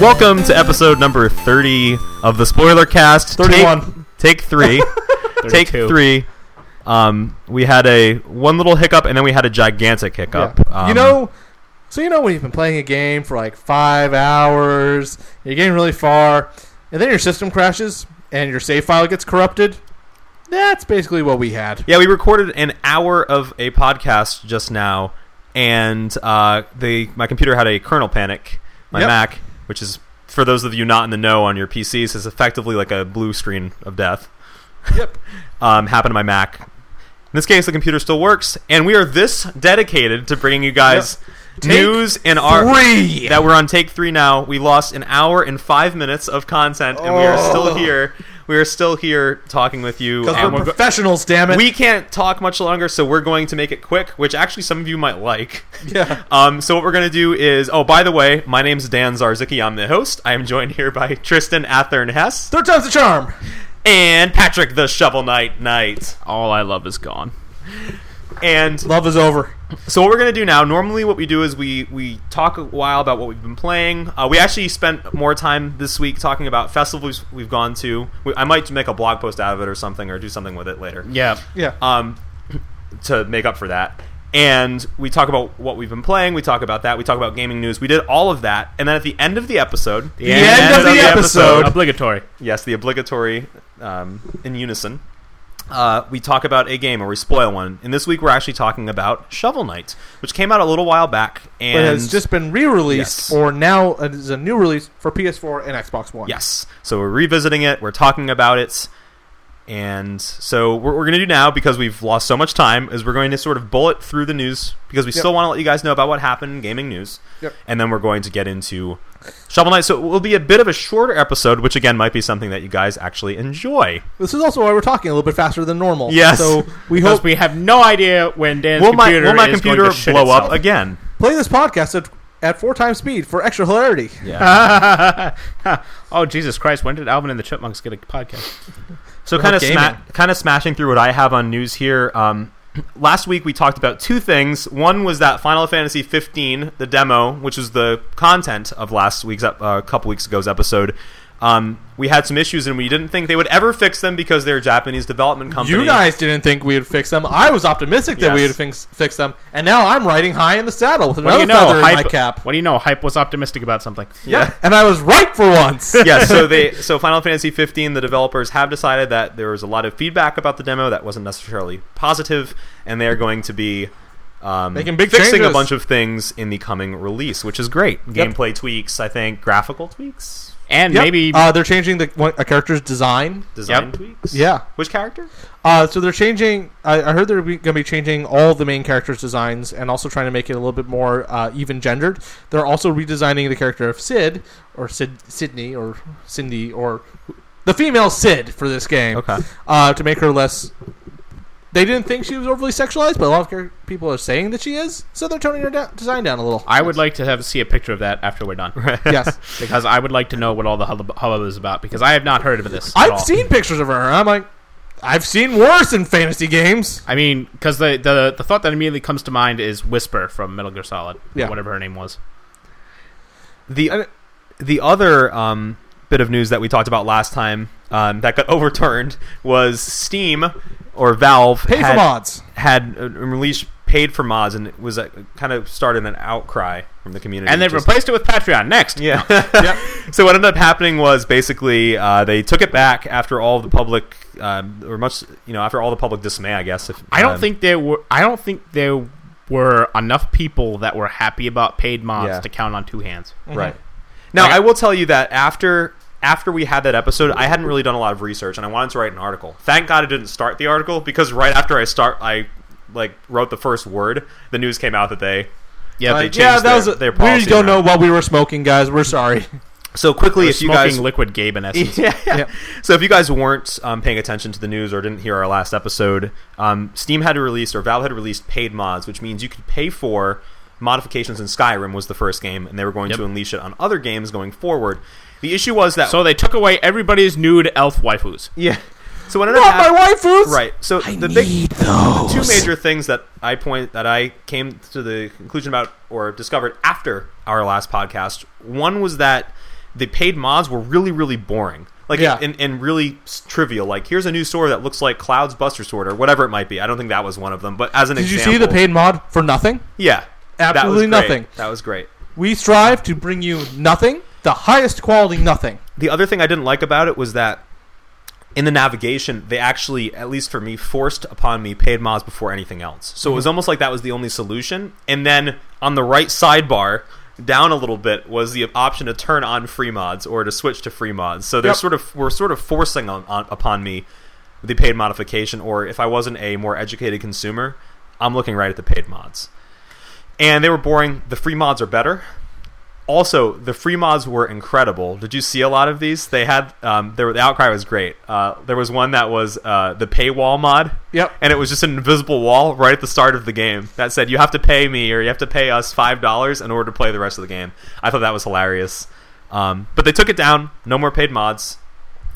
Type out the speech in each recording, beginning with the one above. Welcome to episode number 30 of the spoiler cast. 31. Take, take three. take 32. three. Um, we had a one little hiccup and then we had a gigantic hiccup. Yeah. Um, you know, so you know when you've been playing a game for like five hours, you're getting really far, and then your system crashes and your save file gets corrupted. That's basically what we had. Yeah, we recorded an hour of a podcast just now, and uh, the my computer had a kernel panic. My Yep. Mac, which is for those of you not in the know on your PCs, is effectively like a blue screen of death. Yep. um, happened to my Mac. In this case, the computer still works, and we are this dedicated to bringing you guys Take news and our Three. that we're on take three now. We lost an hour and five minutes of content, and we are still Oh. here. We are still here talking with you. Because and we're we're go- professionals, damn it. we can't talk much longer, so we're going to make it quick, which actually some of you might like. yeah. Um, so what we're going to do is, oh, by the way, my name's Dan Zarzicki. I'm the host. I am joined here by Tristan Athern Hess Third time's the charm. and Patrick the Shovel Knight Knight. All I love is gone. And Love is over. so what we're going to do now, normally what we do is we, we talk a while about what we've been playing. Uh, we actually spent more time this week talking about festivals we've gone to. We, I might make a blog post out of it or something or do something with it later. Yeah. Yeah. um, to make up for that. And we talk about what we've been playing. We talk about that. We talk about gaming news. We did all of that, and then at the end of the episode, The end of the episode. Obligatory. yes, the obligatory um, in unison, uh, we talk about a game or we spoil one. And this week, we're actually talking about Shovel Knight, which came out a little while back, and but it's just been re-released, Yes. or now it is a new release for PS4 and Xbox One. Yes. So we're revisiting it. We're talking about it. And so what we're going to do now, because we've lost so much time, is we're going to sort of bullet through the news because we Yep. still want to let you guys know about what happened in gaming news. Yep. And then we're going to get into Shovel Knight. So it will be a bit of a shorter episode, which again might be something that you guys actually enjoy. This is also why we're talking a little bit faster than normal. Yes. So we Because hope we have no idea when Dan's Will my, computer will my is computer going to shit blow up itself. again? play this podcast at, at four times speed for extra hilarity. oh Jesus Christ! When did Alvin and the Chipmunks get a podcast? So We're kind of gaming. sma- kind of smashing through what I have on news here. Um, last week we talked about two things. One was that Final Fantasy 15, the demo, which was the content of last week's ep- uh, a couple weeks ago's episode. Um, we had some issues and we didn't think they would ever fix them because they're a Japanese development company. You guys didn't think we would fix them. I was optimistic that we Yes. would fix, fix them, and now I'm riding high in the saddle with What another do you know? feather in my Hype. cap. What do you know? Hype was optimistic about something. yeah. And I was right for once. yeah, so they so Final Fantasy 15 the developers have decided that there was a lot of feedback about the demo that wasn't necessarily positive and they're going to be um, Making big fixing a changes. bunch of things in the coming release, which is great. Gameplay tweaks, I think, graphical tweaks, And Yep. maybe uh, they're changing the one, a character's design. design Yep. tweaks. Yeah. Which character? Uh, so they're changing. I, I heard they're going to be changing all the main characters' designs and also trying to make it a little bit more uh, even gendered. They're also redesigning the character of Sid or Sid Sydney or Cindy or the female Sid for this game. Okay. Uh, to make her less. They didn't think she was overly sexualized, but a lot of char- people are saying that she is, so they're toning her down, design down a little. I would like to have see a picture of that after we're done, yes, because I would like to know what all the hubbub, hubbub is about. Because I have not heard of this. at all. I've seen pictures of her. and I'm like, I've seen worse in fantasy games. I mean, because the, the the thought that immediately comes to mind is Whisper from Metal Gear Solid, or Yeah. whatever her name was. The the other um, bit of news that we talked about last time um, that got overturned was Steam or Valve Pay had- for mods. had uh, released paid for mods and it was uh, kind of started an outcry from the community And they Just- replaced it with Patreon. Next, Yeah. So what ended up happening was basically uh, they took it back after all the public, um, or much, you know, after all the public dismay, I guess. If, I don't um, think there were. I don't think there were enough people that were happy about paid mods Yeah. to count on two hands. right. Now Like- I will tell you that after after we had that episode, I hadn't really done a lot of research, and I wanted to write an article. Thank God I didn't start the article because right after I start, I like wrote the first word. The news came out that they Yeah, Like, they changed yeah, that their- was. A, their we policy don't know around. what we were smoking, guys. We're sorry. so were quickly. If you smoking guys liquid Gabe in essence. yeah. Yeah. So if you guys weren't um, paying attention to the news or didn't hear our last episode, um, Steam had released or Valve had released paid mods, which means you could pay for modifications in Skyrim was the first game, and they were going Yep. to unleash it on other games going forward. The issue was that So they took away everybody's nude elf waifus. yeah. So what ended up Not hap- my waifus. right. So the big two major things that I point that I came to the conclusion about or discovered after our last podcast. One was that the paid mods were really really boring. Like Yeah. and, and really s- trivial. Like here's a new sword that looks like Cloud's Buster Sword or whatever it might be. I don't think that was one of them. But as an Did you example, see the paid mod for nothing? Yeah, That was Absolutely great. nothing. That was great. We strive to bring you nothing, the highest quality nothing. The other thing I didn't like about it was that in the navigation, they actually, at least for me, forced upon me paid mods before anything else. So it was almost like that was the only solution. And then on the right sidebar, down a little bit, was the option to turn on free mods or to switch to free mods. So they're Yep. sort of were sort of forcing on, on, upon me the paid modification. Or if I wasn't a more educated consumer, I'm looking right at the paid mods. And they were boring. The free mods are better. Also, the free mods were incredible. Did you see a lot of these? They had um, there, the outcry was great. Uh, there was one that was uh, the paywall mod, Yep. and it was just an invisible wall right at the start of the game that said you have to pay me or you have to pay us five dollars in order to play the rest of the game. I thought that was hilarious. Um, but they took it down. No more paid mods.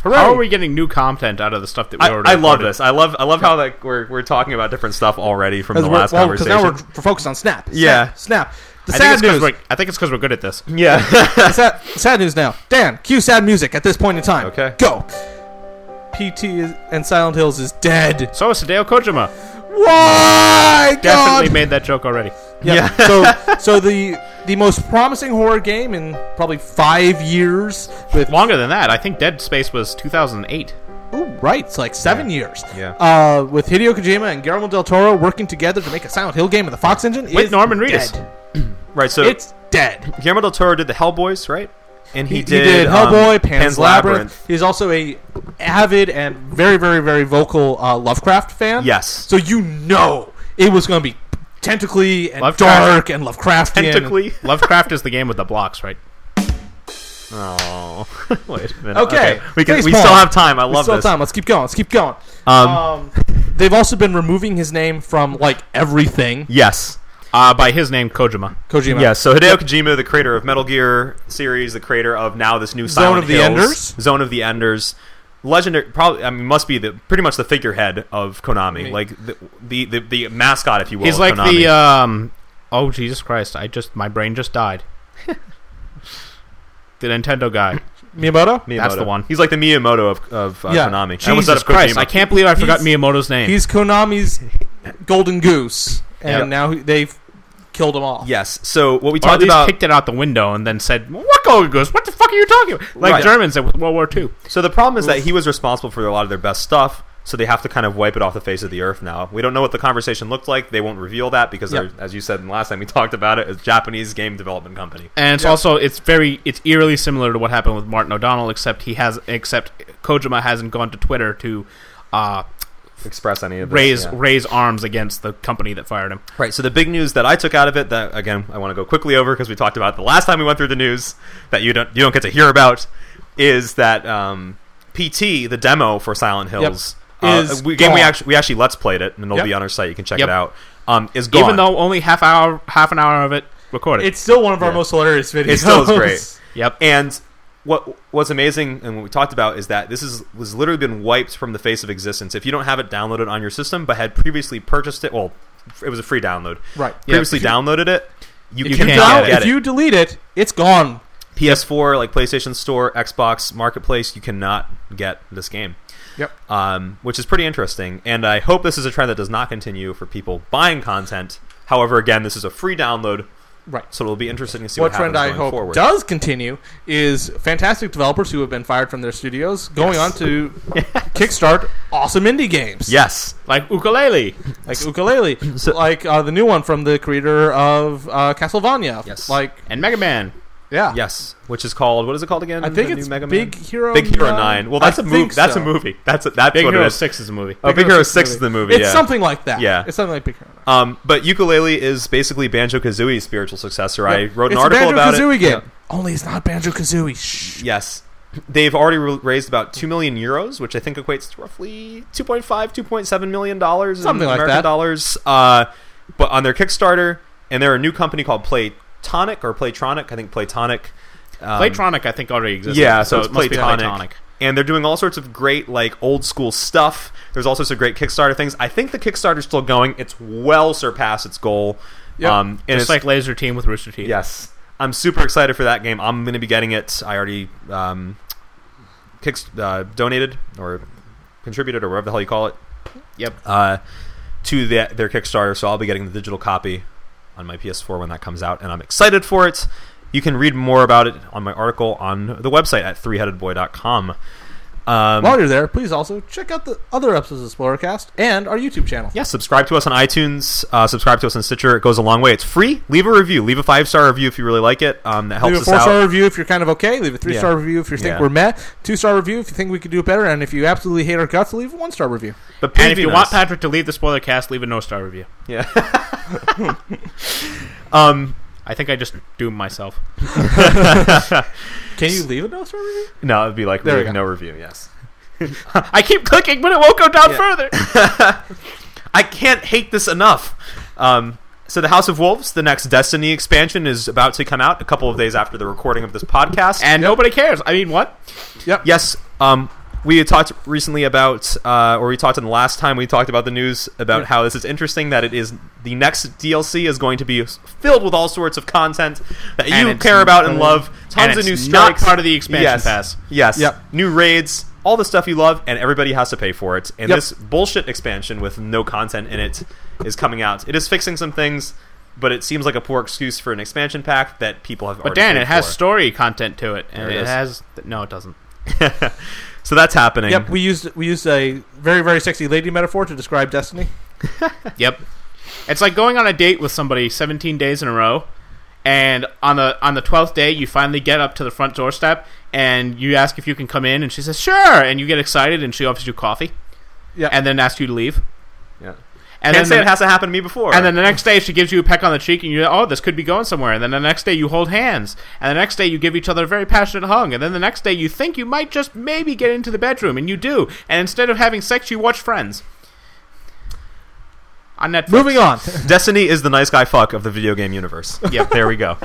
Hooray! How are we getting new content out of the stuff that we I, already? I love recorded? this. I love I love how like we're we're talking about different stuff already from the Because we're- last well, 'cause conversation. now we're, we're focused on Snap. Snap, Yeah. Snap. The I think, sad it's 'cause news. we're, I think it's because we're good at this. yeah. the sad, sad news now. Dan, cue sad music at this point in time. Okay. Go. PT is, and Silent Hills is dead. So is Hideo Kojima. Why? Definitely God? made that joke already. Yeah. so, so the the most promising horror game in probably five years with Longer than that. I think Dead Space was 2008. Ooh, right, it's like seven years. Yeah. Uh, with Hideo Kojima and Guillermo del Toro working together to make a Silent Hill game with the Fox engine. With is Norman Reedus. dead. right. So It's dead. Guillermo del Toro did the Hellboys, right? And he, He, did, Hellboy, um, Pan's, Labyrinth. He's also a avid and very, very, very vocal uh, Lovecraft fan. Yes. So you know it was going to be tentacly and Lovecraft. dark and Lovecraftian. Tentacly. Lovecraft is the game with the blocks, right? Oh, wait a minute. Okay, we can. We baseball. still have time. I We love still have this. time. Let's keep going. Let's keep going. Um, Um, they've also been removing his name from like everything. yes, Uh, by his name, Kojima. Kojima. yes. So Hideo Kojima, the creator of Metal Gear series, the creator of now this new Zone Silent of the Hills, Enders? Zone of the Enders, legendary. Probably, I mean, must be the pretty much the figurehead of Konami, Me. like the, the the the mascot, if you will. He's of like Konami. the. Um, oh Jesus Christ! I just my brain just died. the Nintendo guy. Miyamoto. Miyamoto. that's the one. He's like the Miyamoto of of uh, Yeah. Konami. I almost said Jesus of Christ! Kojima. I can't believe I forgot He's- Miyamoto's name. He's Konami's golden goose, and Yep. now he- they've killed him off. Yes. So what we or at talked least about. kicked it out the window and then said, "What golden goose? What the fuck are you talking about?" Like Right. Germans at World War II. So the problem is that he was responsible for a lot of their best stuff, so they have to kind of wipe it off the face of the earth now. We don't know what the conversation looked like. They won't reveal that because, Yep. they're, as you said in the last time we talked about it, it's a Japanese game development company. And it's also it's very it's eerily similar to what happened with Martin O'Donnell, except he has except Kojima hasn't gone to Twitter to uh, Express any of this. raise yeah. raise arms against the company that fired him. Right. So the big news that I took out of it, that again I want to go quickly over because we talked about it the last time we went through the news that you don't you don't get to hear about, is that um, PT the demo for Silent Hills uh, Is we, game we gone. actually we actually let's played it and it'll Yep. be on our site. You can check Yep. it out. Um, is gone. Even though only half hour half an hour of it recorded. It's still one of our Yeah. most hilarious videos. It still is great. yep. And what what's amazing and what we talked about is that this is was literally been wiped from the face of existence. If you don't have it downloaded on your system, but had previously purchased it, well, it was a free download. Right. Yeah, Previously if you- downloaded it, you, If can you get Now, download- it. if you delete it, it's gone. PS4, like PlayStation Store, Xbox Marketplace, you cannot get this game. Yep. Um, which is pretty interesting, and I hope this is a trend that does not continue for people buying content. However, again, this is a free download, Right. so it'll be interesting to see what, What trend I happens going hope forward. does continue is fantastic developers who have been fired from their studios going Yes. on to kickstart awesome indie games. Yes, like ukulele. Like Ukulele, So- like uh, the new one from the creator of uh, Castlevania. Yes. Like, And Mega Man. yeah. yes, which is called what is it called again? I think The new it's Mega Man? Big Hero Big Hero Nine. Nine. Well, I that's a think movie. That's a so. movie. That's a, that's Big what Hero it is. Six is a movie. Oh, Big Hero Six is the movie. It's yeah. something like that. Yeah. It's something like Big Hero Nine. um, but ukulele is basically Banjo Kazooie's spiritual successor. I Yep. wrote an It's a article about Banjo-Kazooie it. game. Yeah. Only it's not Banjo Kazooie. Shh. Yes. They've already ra- raised about 2 million euros, which I think equates to roughly 2.5, 2.7 million dollars in Something like American that. dollars. Uh, but on their Kickstarter, and they're a new company called Playtonic or Playtronic. I think Playtonic. Um, Playtronic, I think, already exists. yeah, so, it's it must be Playtonic. Playtonic. And they're doing all sorts of great, like old school stuff. There's all sorts of great Kickstarter things. I think the Kickstarter's still going. It's well surpassed its goal. Yep. Um, and Just it's like Laser Team with Rooster Teeth. yes, I'm super excited for that game. I'm going to be getting it. I already um, kicks, uh, donated or contributed or whatever the hell you call it. Yep. Uh, to the, their Kickstarter, so I'll be getting the digital copy on my PS4 when that comes out, and I'm excited for it. You can read more about it on my article on the website at threeheadedboy.com. Um, While you're there, please also check out the other episodes of Spoilercast and our YouTube channel. yeah, subscribe to us on iTunes. Uh, subscribe to us on Stitcher. It goes a long way. It's free. Leave a review. Leave a five star review if you really like it. Um, that helps Leave a us four out. star review if you're kind of okay. Leave a three star Yeah. review if you think Yeah. we're meh. Two star review if you think we could do better. And if you absolutely hate our guts, leave a one star review. But And if you preview want us. Patrick to leave the spoiler cast, leave a no star review. yeah. um, I think I just doomed myself. Can you leave a no star review? no, it'd be like There we leaving go. no review. Yes. I keep clicking, but it won't go down Yeah. further. I can't hate this enough. Um, so the House of Wolves, the next Destiny expansion, is about to come out a couple of days after the recording of this podcast. And nobody cares. I mean, what? yes, um, we had talked recently about, uh, or we talked in the last time we talked about the news about how this is interesting that it is the next DLC is going to be filled with all sorts of content that And you it's care about and not- love. And Tons of it's new not strikes. part of the expansion yes. pass. Yes. Yep. New raids, all the stuff you love, and everybody has to pay for it. And Yep. this bullshit expansion with no content in it is coming out. It is fixing some things, but it seems like a poor excuse for an expansion pack that people have. But already Dan, paid it has for. story content to it, and There it it, is. has no, it doesn't. so that's happening. Yep, we used we used a very very sexy lady metaphor to describe Destiny. Yep, it's like going on a date with somebody 17 days in a row, and on the on the 12th day, you finally get up to the front doorstep, and you ask if you can come in, and she says sure, and you get excited, and she offers you coffee, Yeah. and then asks you to leave, Yeah. and Can't then say the- it hasn't happened to me before. And then the next day, she gives you a peck on the cheek, and you oh, this could be going somewhere. And then the next day, you hold hands, and the next day, you give each other a very passionate hug, and then the next day, you think you might just maybe get into the bedroom, and you do. And instead of having sex, you watch Friends on Netflix. Moving on. Destiny is the nice guy fuck of the video game universe. Yep. there we go.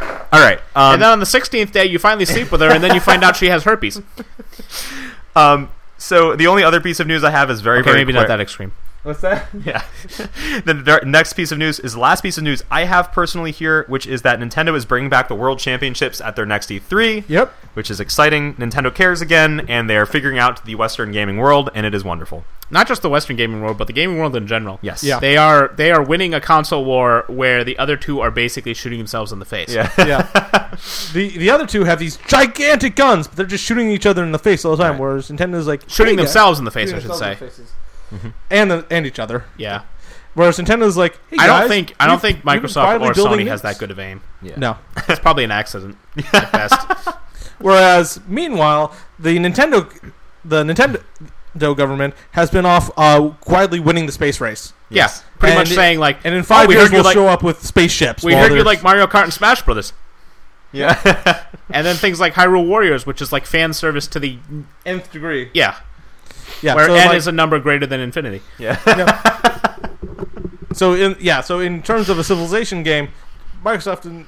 All right. Um, and then on the sixteenth day, you finally sleep with her, and then you find out she has herpes. Okay, um, so the only other piece of news I have is very, very maybe quick. not that extreme. What's that? Yeah. the ver- next piece of news is the last piece of news I have personally here, which is that Nintendo is bringing back the World Championships at their next E3, Yep. which is exciting. Nintendo cares again, and they are figuring out the Western gaming world, and it is wonderful. Not just the Western gaming world, but the gaming world in general. Yes. Yeah. They are they are winning a console war where the other two are basically shooting themselves in the face. Yeah. Yeah. the the other two have these gigantic guns, but they're just shooting each other in the face all the time. Right. Whereas Nintendo's like "Hey, Shooting guys." themselves in the face, I Shooting should say. themselves in the faces. And the, and each other. Yeah. Whereas Nintendo's like, hey, I don't guys, think I don't we've- we've think been Microsoft quietly or building Sony has this. that good of aim. Yeah. No. It's probably an accident at best. Whereas, meanwhile, the Nintendo, the Nintendo government has been off uh, quietly winning the space race, Yes. Yeah, pretty And much it- saying like and in "Oh, five we years heard you we'll like show up with spaceships. we while heard you there's- like Mario Kart and Smash Brothers, Yeah. and then things like Hyrule Warriors, which is like fan service to the nth degree. yeah, Yeah, where so, n like- is a number greater than infinity. yeah. so in yeah, so in terms of a civilization game, Microsoft and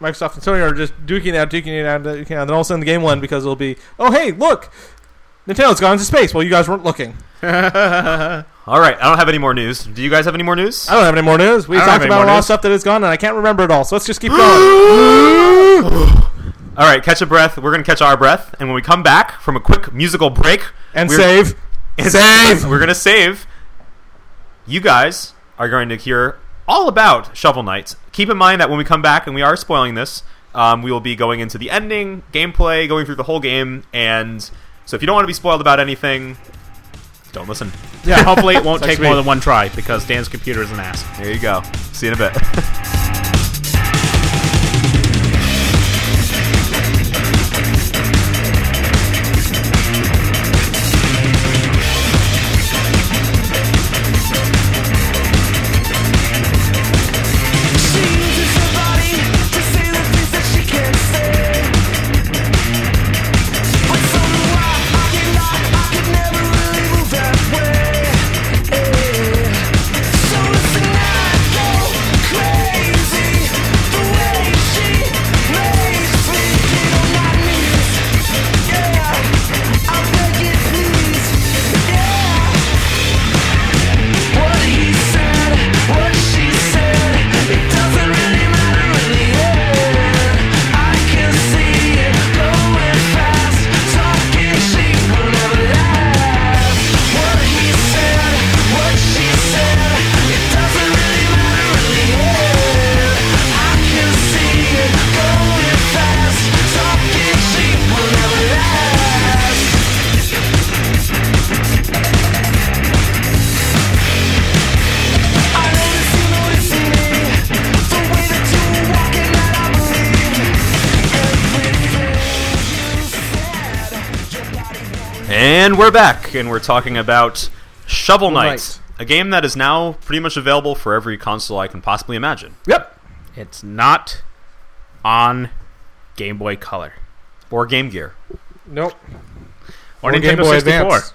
Microsoft and Sony are just duking it out, duking it out, duking it out, and then all of a sudden the game will end because it'll be, oh hey, look, Nintendo's gone into space. Well, you guys weren't looking. All right. I don't have any more news. Do you guys have any more news? I don't have any more news. We I don't have talked any about a more lot of news. stuff that is gone, and I can't remember it all. So let's just keep going. All right. Catch a breath. We're going to catch our breath. And when we come back from a quick musical break, and we're- save. And Save! We're gonna save. You guys are going to hear all about Shovel Knight. Keep in mind that when we come back, and we are spoiling this, um, we will be going into the ending, gameplay, going through the whole game, and so if you don't want to be spoiled about anything, don't listen. Yeah, hopefully it won't Sucks take to be. more than one try because Dan's computer is an ass. There you go. See you in a bit. She uses her body to say the things that she can't say. But so do I. I cannot. I could never really move that way. So listen now, go crazy. And we're back, and we're talking about Shovel Knight, Knight. a game that is now pretty much available for every console I can possibly imagine. Yep. It's not on Game Boy Color Or Game Gear. Nope. or, Or Nintendo Game Boy 64 Advance.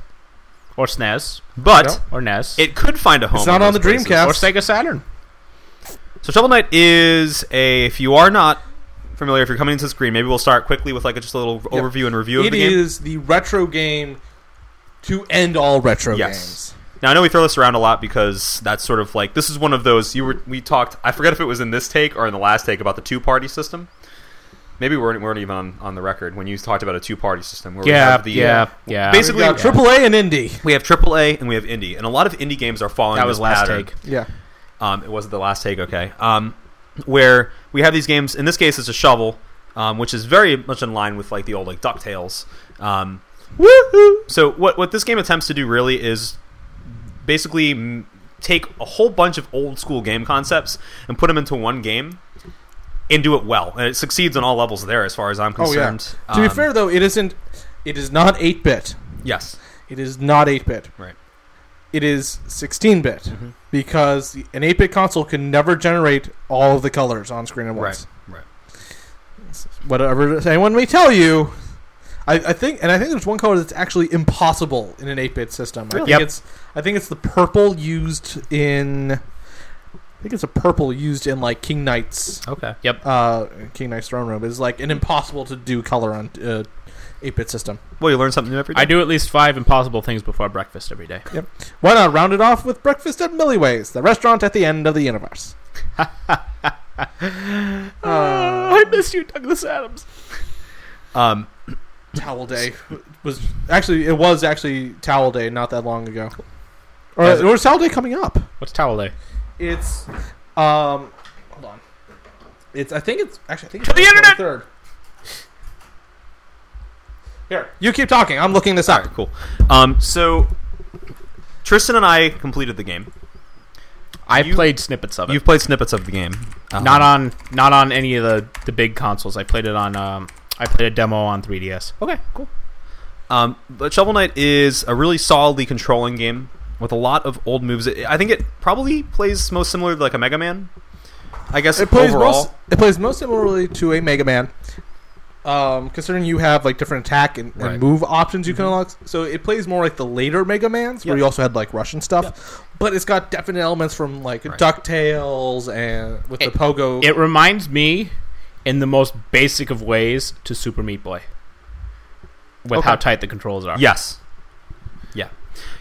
or SNES But Nope. or NES it could find a home. It's not in on the those places. Dreamcast. or Sega Saturn. So Shovel Knight is a. If you are not familiar, if you're coming into the screen, maybe we'll start quickly with like just a little overview and review of It the game. is the retro game to end all retro Yes. games. Now I know we throw this around a lot because that's sort of like this is one of those you were we talked. I forget if it was in this take or in the last take about the two party system. Maybe we weren't, we weren't even on, on the record when you talked about a two party system. Where we Yeah, have the, yeah, yeah. Basically- Basically, AAA and indie. we have AAA and we have indie, and a lot of indie games are following that was this last pattern. take. Yeah. Um, it wasn't the last take, okay? Um, where we have these games. In this case, it's a shovel, um, which is very much in line with like the old like Ducktales. Um, Woohoo! so what what this game attempts to do really is basically m- take a whole bunch of old school game concepts and put them into one game and do it well, and it succeeds on all levels there, as far as I'm Oh yeah. concerned. to be Um, fair though, it isn't. It is not eight bit. yes, It is not eight bit. right, It is sixteen bit Mm-hmm. because an eight bit console can never generate all of the colors on screen at once. right, right. Whatever anyone may tell you. I, I think, and I think there's one color that's actually impossible in an 8-bit system. I think Yep. it's, I think it's the purple used in, I think it's a purple used in like King Knight's Okay. Yep. uh, King Knight's Throne Room is like an impossible to do color on uh, 8-bit system. Well, you learn something new every day. I do at least five impossible things before breakfast every day. Why not round it off with Breakfast at Millieways, the restaurant at the end of the universe? uh, I miss you, Douglas Adams. Um, towel Day was actually it was actually Towel Day not that long ago. Or, Has it- or is Towel Day coming up? What's towel day? It's um, hold on. It's I think it's actually I think it's the internet! Third. Here, you keep talking. I'm looking this All up. right, cool. Um, so Tristan and I completed the game. I You- played snippets of it. You've played snippets of the game. Um, not on not on any of the the big consoles. I played it on um I played a demo on 3DS. Okay, cool. Um, but Shovel Knight is a really solidly controlling game with a lot of old moves. It- I think it probably plays most similar to like a Mega Man. I guess it plays overall. most, it plays most similarly to a Mega Man. Um, considering you have like different attack and, Right. Mhm. and move options you can unlock, so it plays more like the later Mega Mans where Yeah. you also had like Russian stuff, but it's got definite elements from like Right. Ducktales and with the pogo. It reminds me in the most basic of ways to Super Meat Boy. With Okay. how tight the controls are. Yes. Yeah.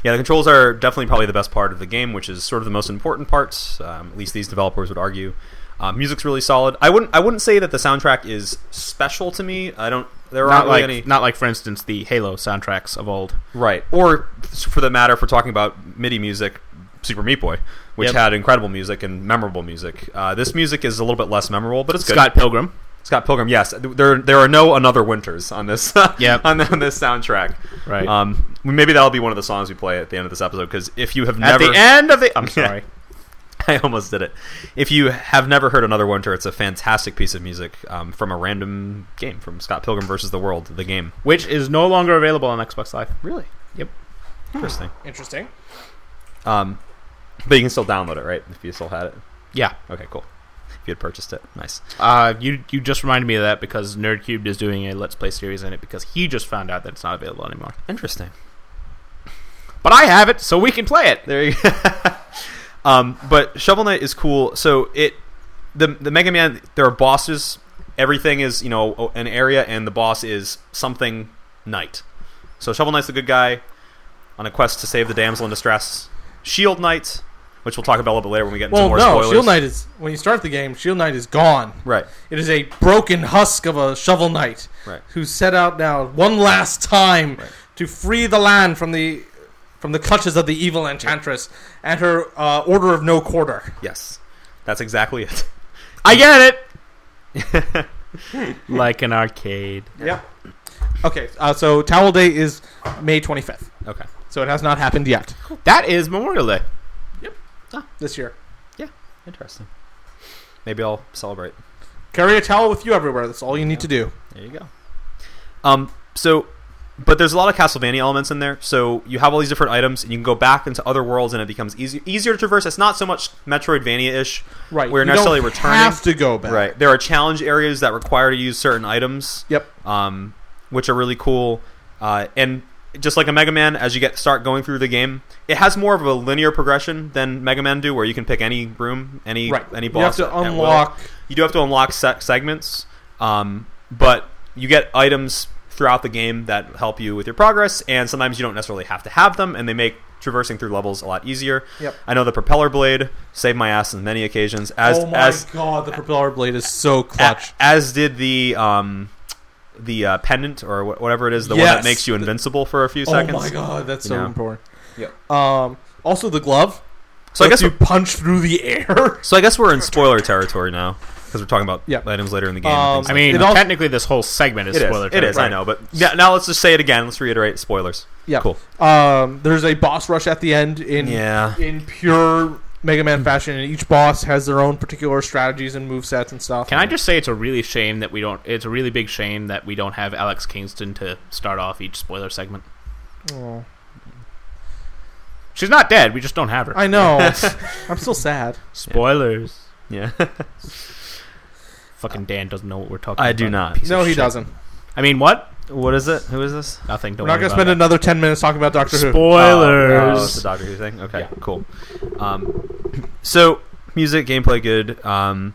Yeah, the controls are definitely probably the best part of the game, which is sort of the most important part. Um, at least these developers would argue. Uh, music's really solid. I wouldn't. I wouldn't say that the soundtrack is special to me. I don't. There Not aren't really like any. not like for instance the Halo soundtracks of old. Right. Or for the matter, if we're talking about MIDI music, Super Meat Boy, which Yep. had incredible music and memorable music. Uh, this music is a little bit less memorable, but it's good. Scott Pilgrim. Scott Pilgrim. Yes, there there are no another winters on this. Yep. on, on this soundtrack. Right. Um, maybe that'll be one of the songs we play at the end of this episode because if you have At never, the end of the I'm sorry. I almost did it. If you have never heard another winter, it's a fantastic piece of music um, from a random game from Scott Pilgrim versus the World, the game. Which is no longer available on Xbox Live. Really? Yep. Interesting. Interesting. Um, but you can still download it, right? If you still had it. Yeah. Okay, cool. If you had purchased it, nice. Uh, you you just reminded me of that because Nerdcubed is doing a Let's Play series in it because he just found out that it's not available anymore. Interesting. But I have it, so we can play it. There you go. um, but Shovel Knight is cool. So it, the the Mega Man, there are bosses. Everything is you know an area, and the boss is something knight. So Shovel Knight's the good guy on a quest to save the damsel in distress. Shield Knight, which we'll talk about a little bit later when we get into Well, more no, spoilers. Shield Knight is when you start the game. Shield Knight is gone. right? It is a broken husk of a shovel knight Right. who set out now one last time to free the land from the from the clutches of the evil enchantress and her uh, order of no quarter. Yes, that's exactly it. I get it. Hmm. like an arcade. Yep. Okay, uh, so Towel Day is May 25th, Okay. so it has not happened yet That is Memorial Day. this year. Interesting. Maybe I'll celebrate. Carry a towel with you everywhere. That's all you need to do. There you go. Um, so but there's a lot of Castlevania elements in there. So you have all these different items, and you can go back into other worlds, and it becomes easy, easier to traverse. It's not so much Metroidvania ish, Right. Where you're you necessarily don't returning. Have to go back. Right. There are challenge areas that require to use certain items, Yep. um, which are really cool. Uh, and just like a Mega Man, as you get start going through the game, it has more of a linear progression than Mega Man do, where you can pick any room, any Right. any you have boss. to at- at will. unlock. You do have to unlock se- segments, um, but you get items throughout the game that help you with your progress, and sometimes you don't necessarily have to have them, and they make traversing through levels a lot easier. Yep. I know the propeller blade saved my ass on many occasions. As oh my as god, the propeller blade is so a- clutch. as did the um, the uh, pendant or wh- whatever it is, the one Yes. that makes you invincible for a few Oh seconds. my god, that's so You know. important. Yep. Um. Also, the glove. So I lets guess you punch through the air. So I guess we're in spoiler territory now because we're talking about Yep. items later in the game. Um, and things I like mean, It all- technically, this whole segment is that. it is. spoiler. it is. I territory. know, but yeah, now let's just say it again. Let's reiterate spoilers. Yeah. Cool. Um. There's a boss rush at the end in Yeah. in pure Mega Man fashion, and each boss has their own particular strategies and movesets and stuff. Can I just say it's a really shame that we don't? It's a really big shame that we don't have Alex Kingston to start off each spoiler segment. Oh, She's not dead. We just don't have her. I know. I'm still sad. Spoilers. Yeah. Fucking Dan doesn't know what we're talking. I about. do not. Piece of no, he shit. doesn't. I mean, what? What is it? Who is this? Nothing. Don't We're not worry gonna spend about another ten minutes talking about Doctor it. Who. Oh, oh, it's spoilers. the Doctor Who thing. Okay, Yeah. cool. Um, so music, gameplay, good. Um,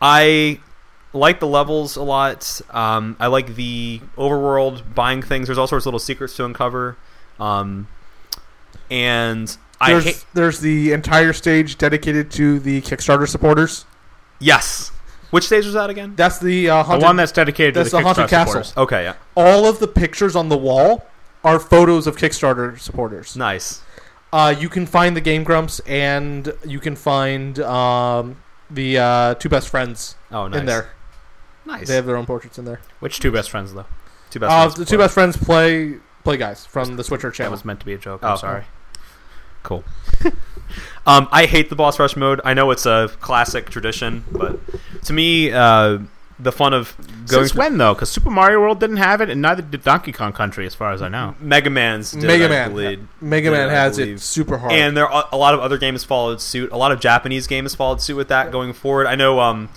I like the levels a lot. Um, I like the overworld buying things. There's all sorts of little secrets to uncover. Um, and I There's, hate, there's the entire stage dedicated to the Kickstarter supporters. yes. Which stage was that again? That's the uh, the haunted. one that's dedicated that's to the, the haunted Kickstarter castle. supporters. Okay, yeah, all of the pictures on the wall are photos of Kickstarter supporters. nice. Uh, you can find the Game Grumps and you can find um, the uh, two best friends Oh, nice. in there. nice. They have their own portraits in there. Which two best friends though? two best. Uh, friends the two before. best friends play play guys from the Switcher That channel. was meant to be a joke. Oh. I'm sorry. Cool. um, I hate the boss rush mode. I know it's a classic tradition, but to me, uh, the fun of going Since when though? Because Super Mario World didn't have it, and neither did Donkey Kong Country, as far as I know. Mm-hmm. Mega Man's did, Mega I Man. believe. Mega Yeah, Man I has it believe. super hard. And there are a lot of other games followed suit. A lot of Japanese games followed suit with that going forward. I know. Um,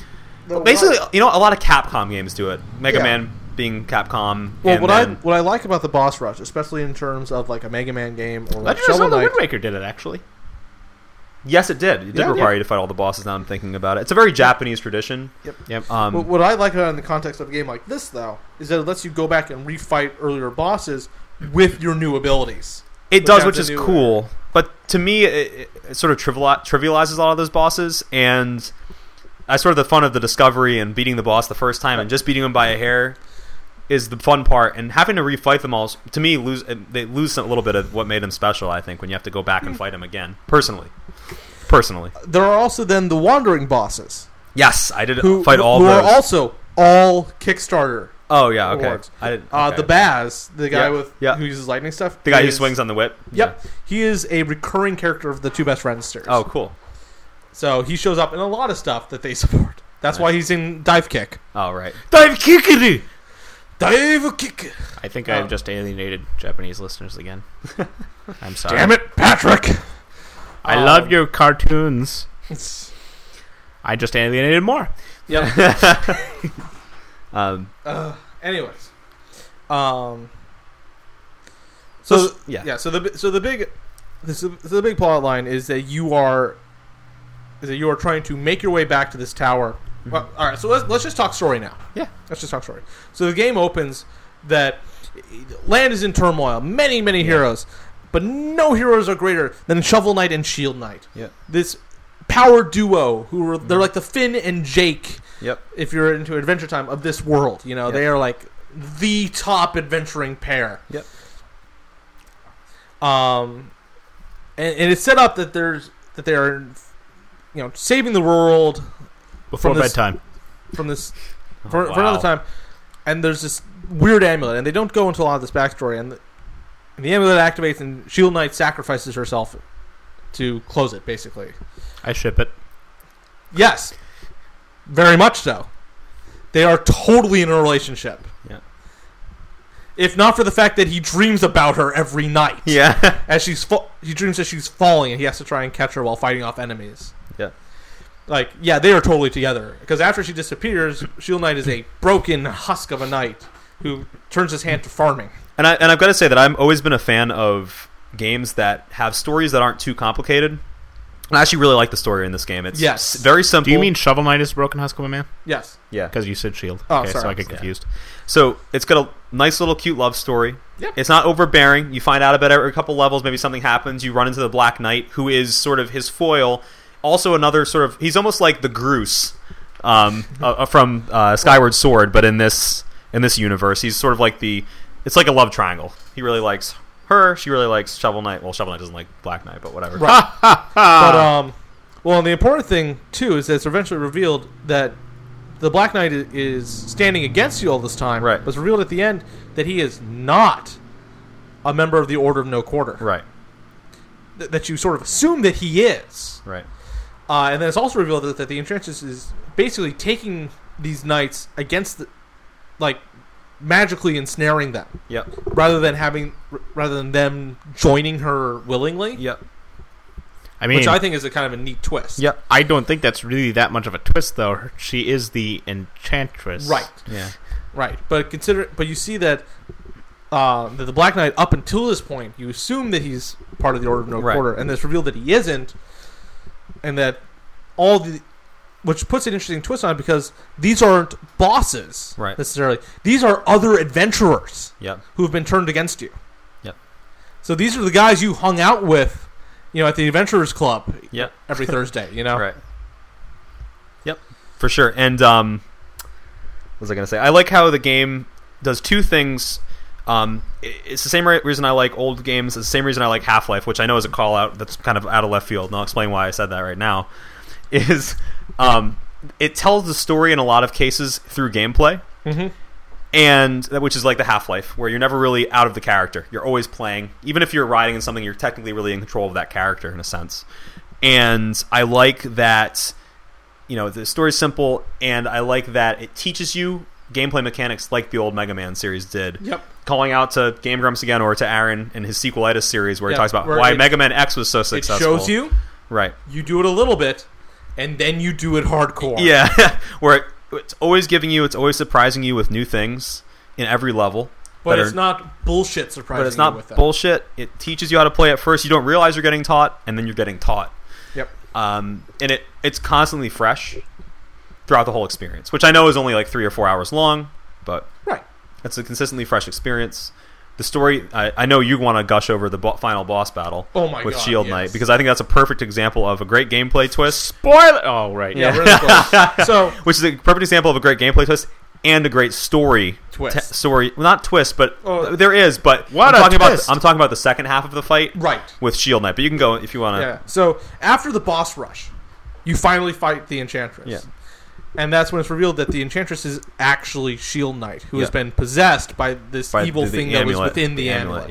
basically, you know, a lot of Capcom games do it. Mega Yeah. Man being Capcom. well, and what I then- what I like about the boss rush, especially in terms of like a Mega Man game or like Legend of Shovel Zelda Knight, Wind Waker did it actually. yes, it did. It did Yeah, it require you to fight all the bosses. Now I'm thinking about it. It's a very Japanese tradition. Yep. Um, What, what I like about it in the context of a game like this, though, is that it lets you go back and refight earlier bosses with your new abilities. It Which does, adds which a is new cool. But to me, it, it sort of triviali- trivializes a lot of those bosses, and I sort of the fun of the discovery and beating the boss the first time and just beating him by a hair is the fun part. And having to refight them all, to me, lose uh, they lose some, a little bit of what made them special. I think when you have to go back and fight them again, personally, personally. There are also then the wandering bosses Yes, I did who fight all who are those. also all Kickstarter. oh yeah, okay. Awards. I did. Okay. Uh, the Baz, the guy Yeah, with yeah. who uses lightning stuff, the guy who is- swings on the whip. Yep, Yeah. he is a recurring character of the two best friends series. Oh, cool. so he shows up in a lot of stuff that they support. That's why he's in Dive Kick. All right. Dive Kikiri. Dive Kick. I think Oh. I've just alienated Japanese listeners again. I'm sorry. Damn it, Patrick. I Um, love your cartoons. It's- I just alienated more. Um, Uh, anyways, um, so, so yeah. yeah, so the bi- so the big this so the big plot line is that you are is that you are trying to make your way back to this tower. Well, all right, so let's let's just talk story now. Yeah. let's just talk story. So the game opens that land is in turmoil, many many heroes, but no heroes are greater than Shovel Knight and Shield Knight. Yeah. Mm-hmm. This power duo who were they're like the Finn and Jake Yep. if you're into Adventure Time of this world. You know, Yep. they are like the top adventuring pair. Yep. Um, and, and it's set up that there's that they are, you know, saving the world Before From this- bedtime. from this for, for Oh, wow. another time. And there's this weird amulet, and they don't go into a lot of this backstory. And the, and the amulet activates, and Shield Knight sacrifices herself to close it, basically. I ship it. Yes. Very much so. They are totally in a relationship. Yeah. if not for the fact that he dreams about her every night. Yeah. As she's fa- he dreams that she's falling, and he has to try and catch her while fighting off enemies. yeah. Like, yeah, they are totally together. Because after she disappears, Shield Knight is a broken husk of a knight who turns his hand to farming. And I and I've got to say that I've always been a fan of games that have stories that aren't too complicated. And I actually really like the story in this game. It's Yes. very simple. Do you mean Shovel Knight is the broken husk of a man? Yes. yeah? Because you said shield. Oh, okay, so sorry. I get Yeah. confused. So it's got a nice little cute love story. Yep. It's not overbearing. You find out about every couple levels, maybe something happens. You run into the Black Knight, who is sort of his foil. Also, another sort of he's almost like the Groose um, uh, uh, from uh, Skyward Sword, but in this in this universe, he's sort of like the it's like a love triangle. He really likes her. She really likes Shovel Knight. Well, Shovel Knight doesn't like Black Knight, but whatever. Right. But um, well, and the important thing too is that it's eventually revealed that the Black Knight i- is standing against you all this time. Right. But it's revealed at the end that he is not a member of the Order of No Quarter. Right. Th- that you sort of assume that he is. Right. Uh, and then it's also revealed that, that the Enchantress is basically taking these knights against, the, like, magically ensnaring them Yep. rather than having r- rather than them joining her willingly. Yep. I mean, Which I think is a kind of a neat twist. Yep. I don't think that's really that much of a twist, though. She is the enchantress, Right. Yeah. Right, but consider, but you see that uh, that the Black Knight up until this point, you assume that he's part of the Order of No Right. Quarter, and it's revealed that he isn't, and that all the, which puts an interesting twist on it because these aren't bosses Right. necessarily; these are other adventurers Yep. who have been turned against you. Yep. So these are the guys you hung out with, you know, at the Adventurers Club Yep. every Thursday. You know, Right. Yep. For sure. And um, what was I gonna say? I like how the game does two things. Um, i- it's the same re- reason I like old games. It's the same reason I like Half Life, which I know is a call out that's kind of out of left field. And I'll explain why I said that right now. Is um, it tells the story in a lot of cases through gameplay Mm-hmm. and which is like the Half Life, where you're never really out of the character. You're always playing, even if you're riding in something. You're technically really in control of that character in a sense. And I like that, you know, the story's simple, and I like that it teaches you gameplay mechanics like the old Mega Man series did. Yep. Calling out to Game Grumps again, or to Aaron in his sequelitis series, where Yeah, he talks about where why it- Mega Man X was so It successful. shows you, right? you do it a little bit, and then you do it hardcore. Yeah, where it, it's always giving you, it's always surprising you with new things in every level. But that it's are- not bullshit surprising. but it's you with not that. bullshit. It teaches you how to play at first. You don't realize you're getting taught, and then you're getting taught. Yep. Um, and it it's constantly fresh throughout the whole experience, which I know is only like three or four hours long, but Right. it's a consistently fresh experience. The story, I, I know you want to gush over the bo- final boss battle Oh my with God, Shield yes. Knight because I think that's a perfect example of a great gameplay twist, Spoiler. Oh, right. Yeah. Really close. so which is a perfect example of a great gameplay twist and a great story Twist. te- story, well, not twist, but Oh. there is. But What I'm a talking twist. about I'm talking about the second half of the fight, right. with Shield E Knight, but you can go if you want to. Yeah. So after the boss rush, you finally fight the Enchantress. Yeah. And that's when it's revealed that the Enchantress is actually Shield Knight, who has Yeah. been possessed by this evil thing that was within the, amulet.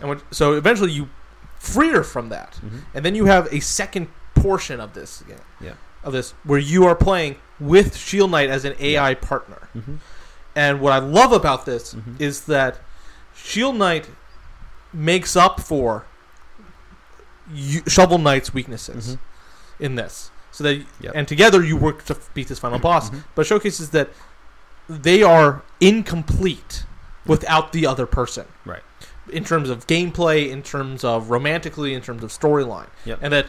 And when, so eventually you free her from that, and then you have a second portion of this again, Mm-hmm. Yeah. of this where you are playing with Shield Knight as an AI partner. Mhm. And what I love about this Mhm. is that Shield Knight makes up for you, Shovel Knight's weaknesses in this, so that Mm-hmm. Yep. Mm-hmm. and together you work to beat this final boss. But it showcases that they are incomplete without the other person Right. in terms of gameplay, in terms of romantically, in terms of storyline, Yep. and that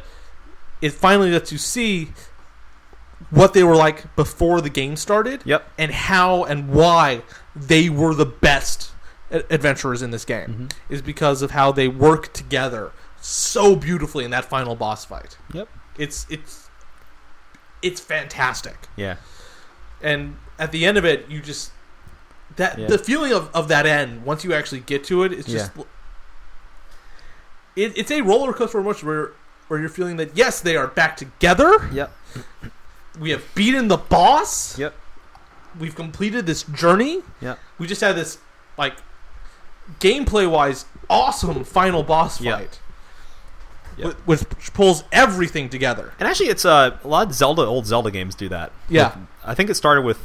it finally lets you see what they were like before the game started, Yep. and how and why they were the best a- adventurers in this game Mm-hmm. is because of how they work together so beautifully in that final boss fight. Yep. It's it's it's fantastic Yeah. and at the end of it you just that Yeah. the feeling of, of that end once you actually get to it it's just it, it's a roller coaster of emotion where where you're feeling that yes they are back together Yep. we have beaten the boss Yep. we've completed this journey Yep. we just had this like gameplay wise awesome final boss Yeah. fight Yeah. wh- which pulls everything together And actually, it's uh, a lot of Zelda, old Zelda games do that. Yeah. Like, I think it started with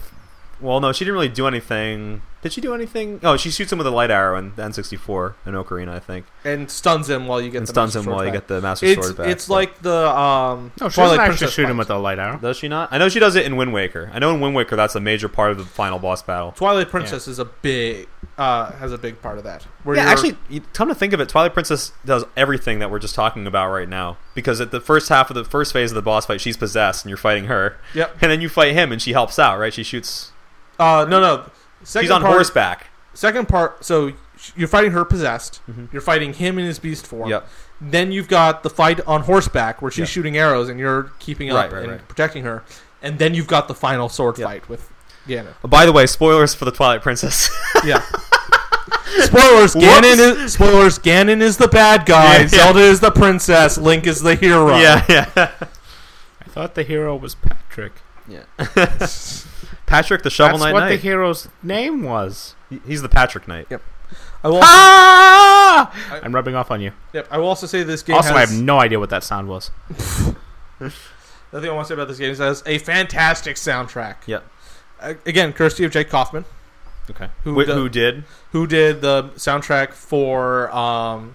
Well, no, she didn't really do anything. Did she do anything? Oh, she shoots him with a light arrow in the N64 in Ocarina, I think, and stuns him while you get and the stuns Master him Sword while you back. get the Master It's Sword back. it's but- like the um. No, she Twilight doesn't actually Princess Oh, shoot him fight. with a light arrow. does she not? I know she does it in Wind Waker. I know in Wind Waker that's a major part of the final boss battle. Twilight Princess is a big uh has a big part of that. Where yeah, you're- actually, you- come to think of it, Twilight Princess does everything that we're just talking about right now. Because at the first half of the first phase of the boss fight, she's possessed and you're fighting her, Yep. and then you fight him and she helps out, right? She shoots. Uh no no. Second she's on part, horseback. Second part. So sh- you're fighting her possessed. Mhm. You're fighting him in his beast form. Yep. Then you've got the fight on horseback where she's Yeah. shooting arrows and you're keeping up Right, right, and right. protecting her. And then you've got the final sword Yep. fight with Ganon. By the way, spoilers for the Twilight Princess. Yeah. spoilers. Ganon is spoilers. Ganon is the bad guy. Yeah, yeah. Zelda is the princess. Link is the hero. yeah, yeah, I thought the hero was Patrick. Patrick the Shovel That's Knight what the Knight. hero's name was. He- He's the Patrick Knight. I will. Ah! I- I'm rubbing off on you. Yep, I will also say this game. Also, I has, have no idea what that sound was. the thing I want to say about this game is it has a fantastic soundtrack. Yep. A- Again, courtesy of Jake Kaufman, Okay. Who Who, do- who did? who did the soundtrack for um,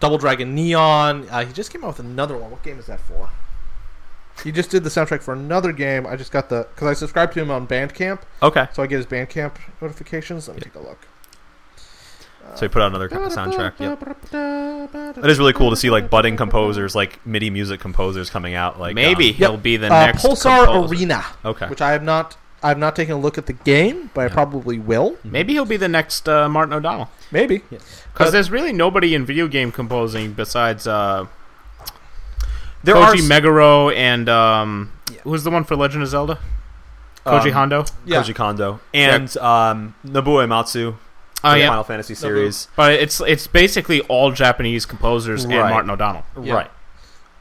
Double Dragon Neon. Uh, he just came out with another one. What game is that for? He just did the soundtrack for another game. I just got the because I subscribed to him on Bandcamp, Okay. so I get his Bandcamp notifications. Let me take a look. So he put out another co- soundtrack. Yep. That is really cool to see like budding composers, like MIDI music composers coming out. Like Maybe um, he'll be the Uh, next Pulsar composer. Arena, okay. which I have not, I have not taken a look at the game, but I Yeah. probably will. Hmm. Maybe he'll be the next uh, Martin O'Donnell. Maybe. Because But- there's really nobody in video game composing besides uh, There Koji s- Meguro and um, Yeah. who's the one for Legend of Zelda? Koji um, Hondo. Yeah. Koji Kondo and um, Nobuo Ematsu. Oh from the yeah, Final Fantasy series. but it's it's basically all Japanese composers and Right. Martin O'Donnell, Yeah. Right.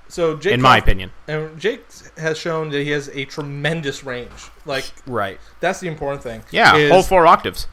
So Jake, in my Kaufman- opinion. and Jake has shown that he has a tremendous range. Like Right. that's the important thing. Yeah, is- whole four octaves.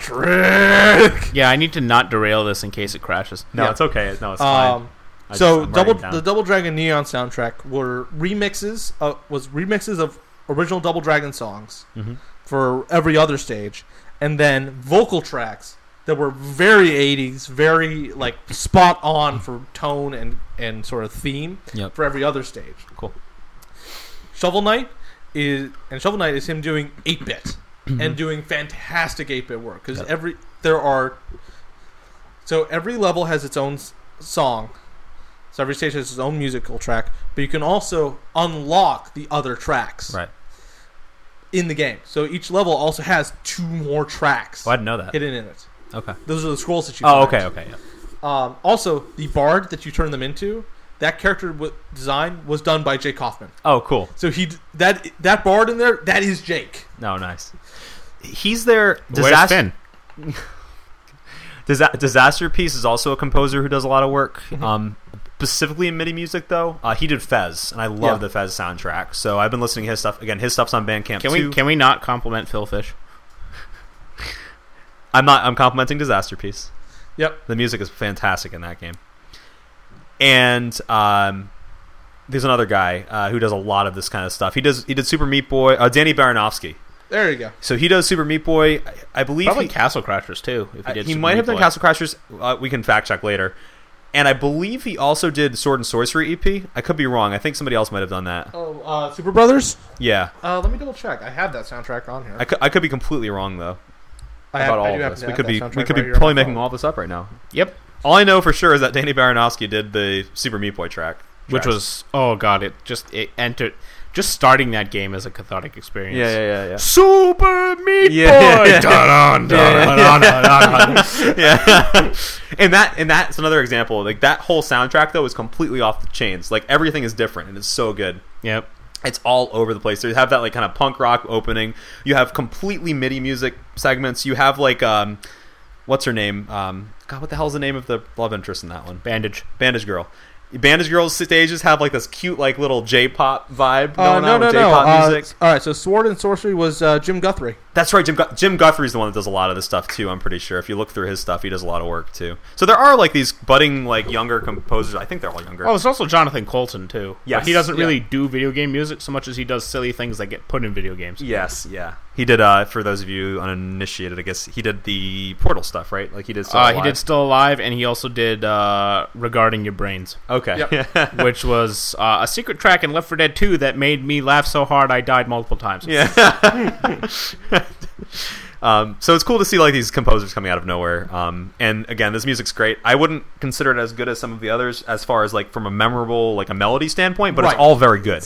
Patrick. Yeah, I need to not derail this in case it crashes. No, Yeah. it's okay. No, it's fine. Um, I just- so I'm double writing it down. the Double Dragon Neon soundtrack were remixes of was remixes of original Double Dragon songs Mhm. for every other stage, and then vocal tracks that were very 80s, very like spot on for tone and and sort of theme Yep. for every other stage. Cool. Shovel Knight is and Shovel Knight is him doing 8-bit and doing fantastic 8-bit work cuz Mhm. Yep. every there are so every level has its own s- song. So every stage has its own musical track, but you can also unlock the other tracks Right. in the game. So each level also has two more tracks Well, I didn't know that. hidden in it. Okay. Those are the scrolls that you. Oh, okay, find. okay, yeah. Um, also, the bard that you turn them into, that character w- design was done by Jake Kaufman. Oh, cool. So he d- that that bard in there, that is Jake. No, nice. He's their Where's disaster. Finn? Disa- disaster piece is also a composer who does a lot of work. Um, specifically in MIDI music, though, uh, he did Fez, and I love Yeah. the Fez soundtrack. So I've been listening to his stuff. Again, his stuff's on Bandcamp Can too. we can we not compliment Phil Fish? I'm not. I'm complimenting Disaster Piece. Yep. The music is fantastic in that game. And um, there's another guy uh, who does a lot of this kind of stuff. He does. He did Super Meat Boy. Uh, Danny Baranowski. There you go. So he does Super Meat Boy. I, I believe Probably he, Castle Crashers too. If he I- did, he Super might have Meat done Boy. Castle Crashers. Uh, we can fact check later. And I believe he also did Sword and Sorcery EP. I could be wrong. I think somebody else might have done that. Oh, uh, Super Brothers. Yeah, Uh, let me double check. I have that soundtrack on here. I could, I could be completely wrong though I have, about I all of do happen this. to We have could that be soundtrack we could be right here on probably my making phone. all this up right now. Yep, All I know for sure is that Danny Baranowski did the Super Meat Boy track, which tracks. was oh god, it just it entered. Just starting that game as a cathartic experience. yeah, yeah, yeah, yeah. Super Meat Yeah. Boy. Dun, dun, dun, dun, dun, dun. yeah. and that and that's another example. Like that whole soundtrack though is completely off the chains. Like everything is different and it's so good. Yep. It's all over the place. So you have that like kind of punk rock opening. You have completely MIDI music segments. You have like um what's her name? Um God, what the hell's the name of the love interest in that one? Bandage. Bandage Girl. Bandage Girl's stages have like this cute like little J pop vibe Uh, going on with J pop music. all right, so Sword and Sorcery was uh, Jim Guthrie. That's right. Jim Gu- Jim Guthrie's the one that does a lot of this stuff too. I'm pretty sure. If you look through his stuff, he does a lot of work too. So there are like these budding like younger composers. I think they're all younger. Oh, there's also Jonathan Colton too. Yeah, Yes. he doesn't really Yeah. do video game music so much as he does silly things that get put in video games. yes, yeah. He did. Uh, for those of you uninitiated, I guess he did the Portal stuff, right? Like he did. Still Uh, he Alive. did Still Alive, and he also did uh, Regarding Your Brains, Okay. which was uh, a secret track in Left 4 Dead 2 that made me laugh so hard I died multiple times. Yeah. um, so it's cool to see like these composers coming out of nowhere. Um, and again, this music's great. I wouldn't consider it as good as some of the others, as far as like from a memorable like a melody standpoint, but Right. it's all very good.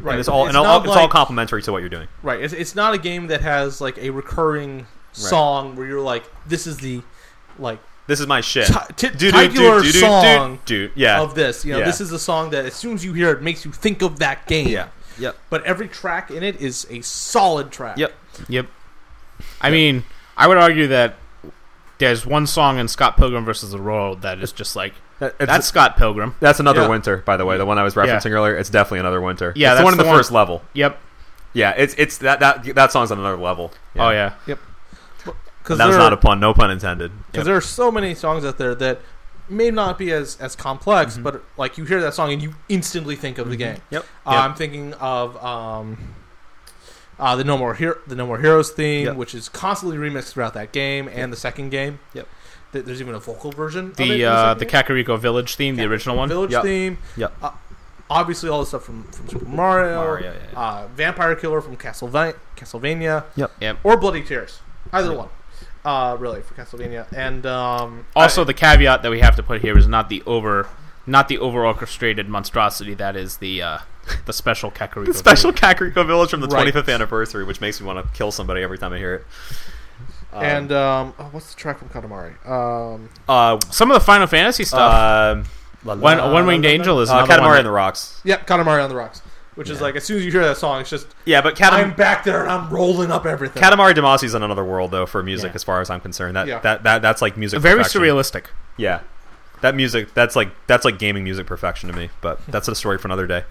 Right. And it's all and all, not it's all like- complimentary to what you're doing. Right. It's, it's not a game that has like a recurring song where you're like, this is the like This is my shit. ti- ti- titular song do, yeah. of this. You know, Yeah. this is a song that as soon as you hear it makes you think of that game. Yeah. Yep. But every track in it is a solid track. Yep. Yep. I mean, I would argue that there's one song in Scott Pilgrim versus the World that is just like That- it's- that's Scott Pilgrim. that's another yeah. winter, by the way. The one I was referencing earlier. It's definitely another winter. Yeah, It's that's the one in the the, one- first level. Yep. Yeah, it's it's that that that song's on another level. Oh yeah. Because that was there, not a pun. No pun intended. because there are so many songs out there that may not be as as complex, but like you hear that song and you instantly think of the game. Mm-hmm. Yep. Uh, I'm thinking of um, uh, the No More Hero, the No More Heroes theme, Yep. which is constantly remixed throughout that game and the second game. Yep. Th- There's even a vocal version. of it in The uh, the second game. Kakariko Village theme, the original one. Village Yep. theme. Yep. Uh, obviously, all the stuff from, from Super Mario, Mario, yeah, yeah. Uh, Vampire Killer from Castlevania, Castlevania, Yep. or Bloody Tears, either one. Uh, really for Castlevania, and um, Also, the caveat that we have to put here is not the over, not the over orchestrated monstrosity that is the uh, the special Kakariko. The special Kakariko Village from the Right. 25th anniversary, which makes me want to kill somebody every time I hear it. Um, and um, oh, what's the track from Katamari? Um, uh, Village. Some of the Final Fantasy stuff. um, la- la- one la- One Winged la- la- Angel is uh, another one Katamari that- and the Rocks. yep, Katamari on the Rocks, which is Yeah. like as soon as you hear that song, it's just Yeah, but I'm Katam- back there and I'm rolling up everything. Katamari Damacy is in another world though for music, Yeah. as far as I'm concerned. That Yeah. that, that that's like music. very perfection. surrealistic. Yeah, that music. That's like that's like gaming music perfection to me. But that's a story for another day.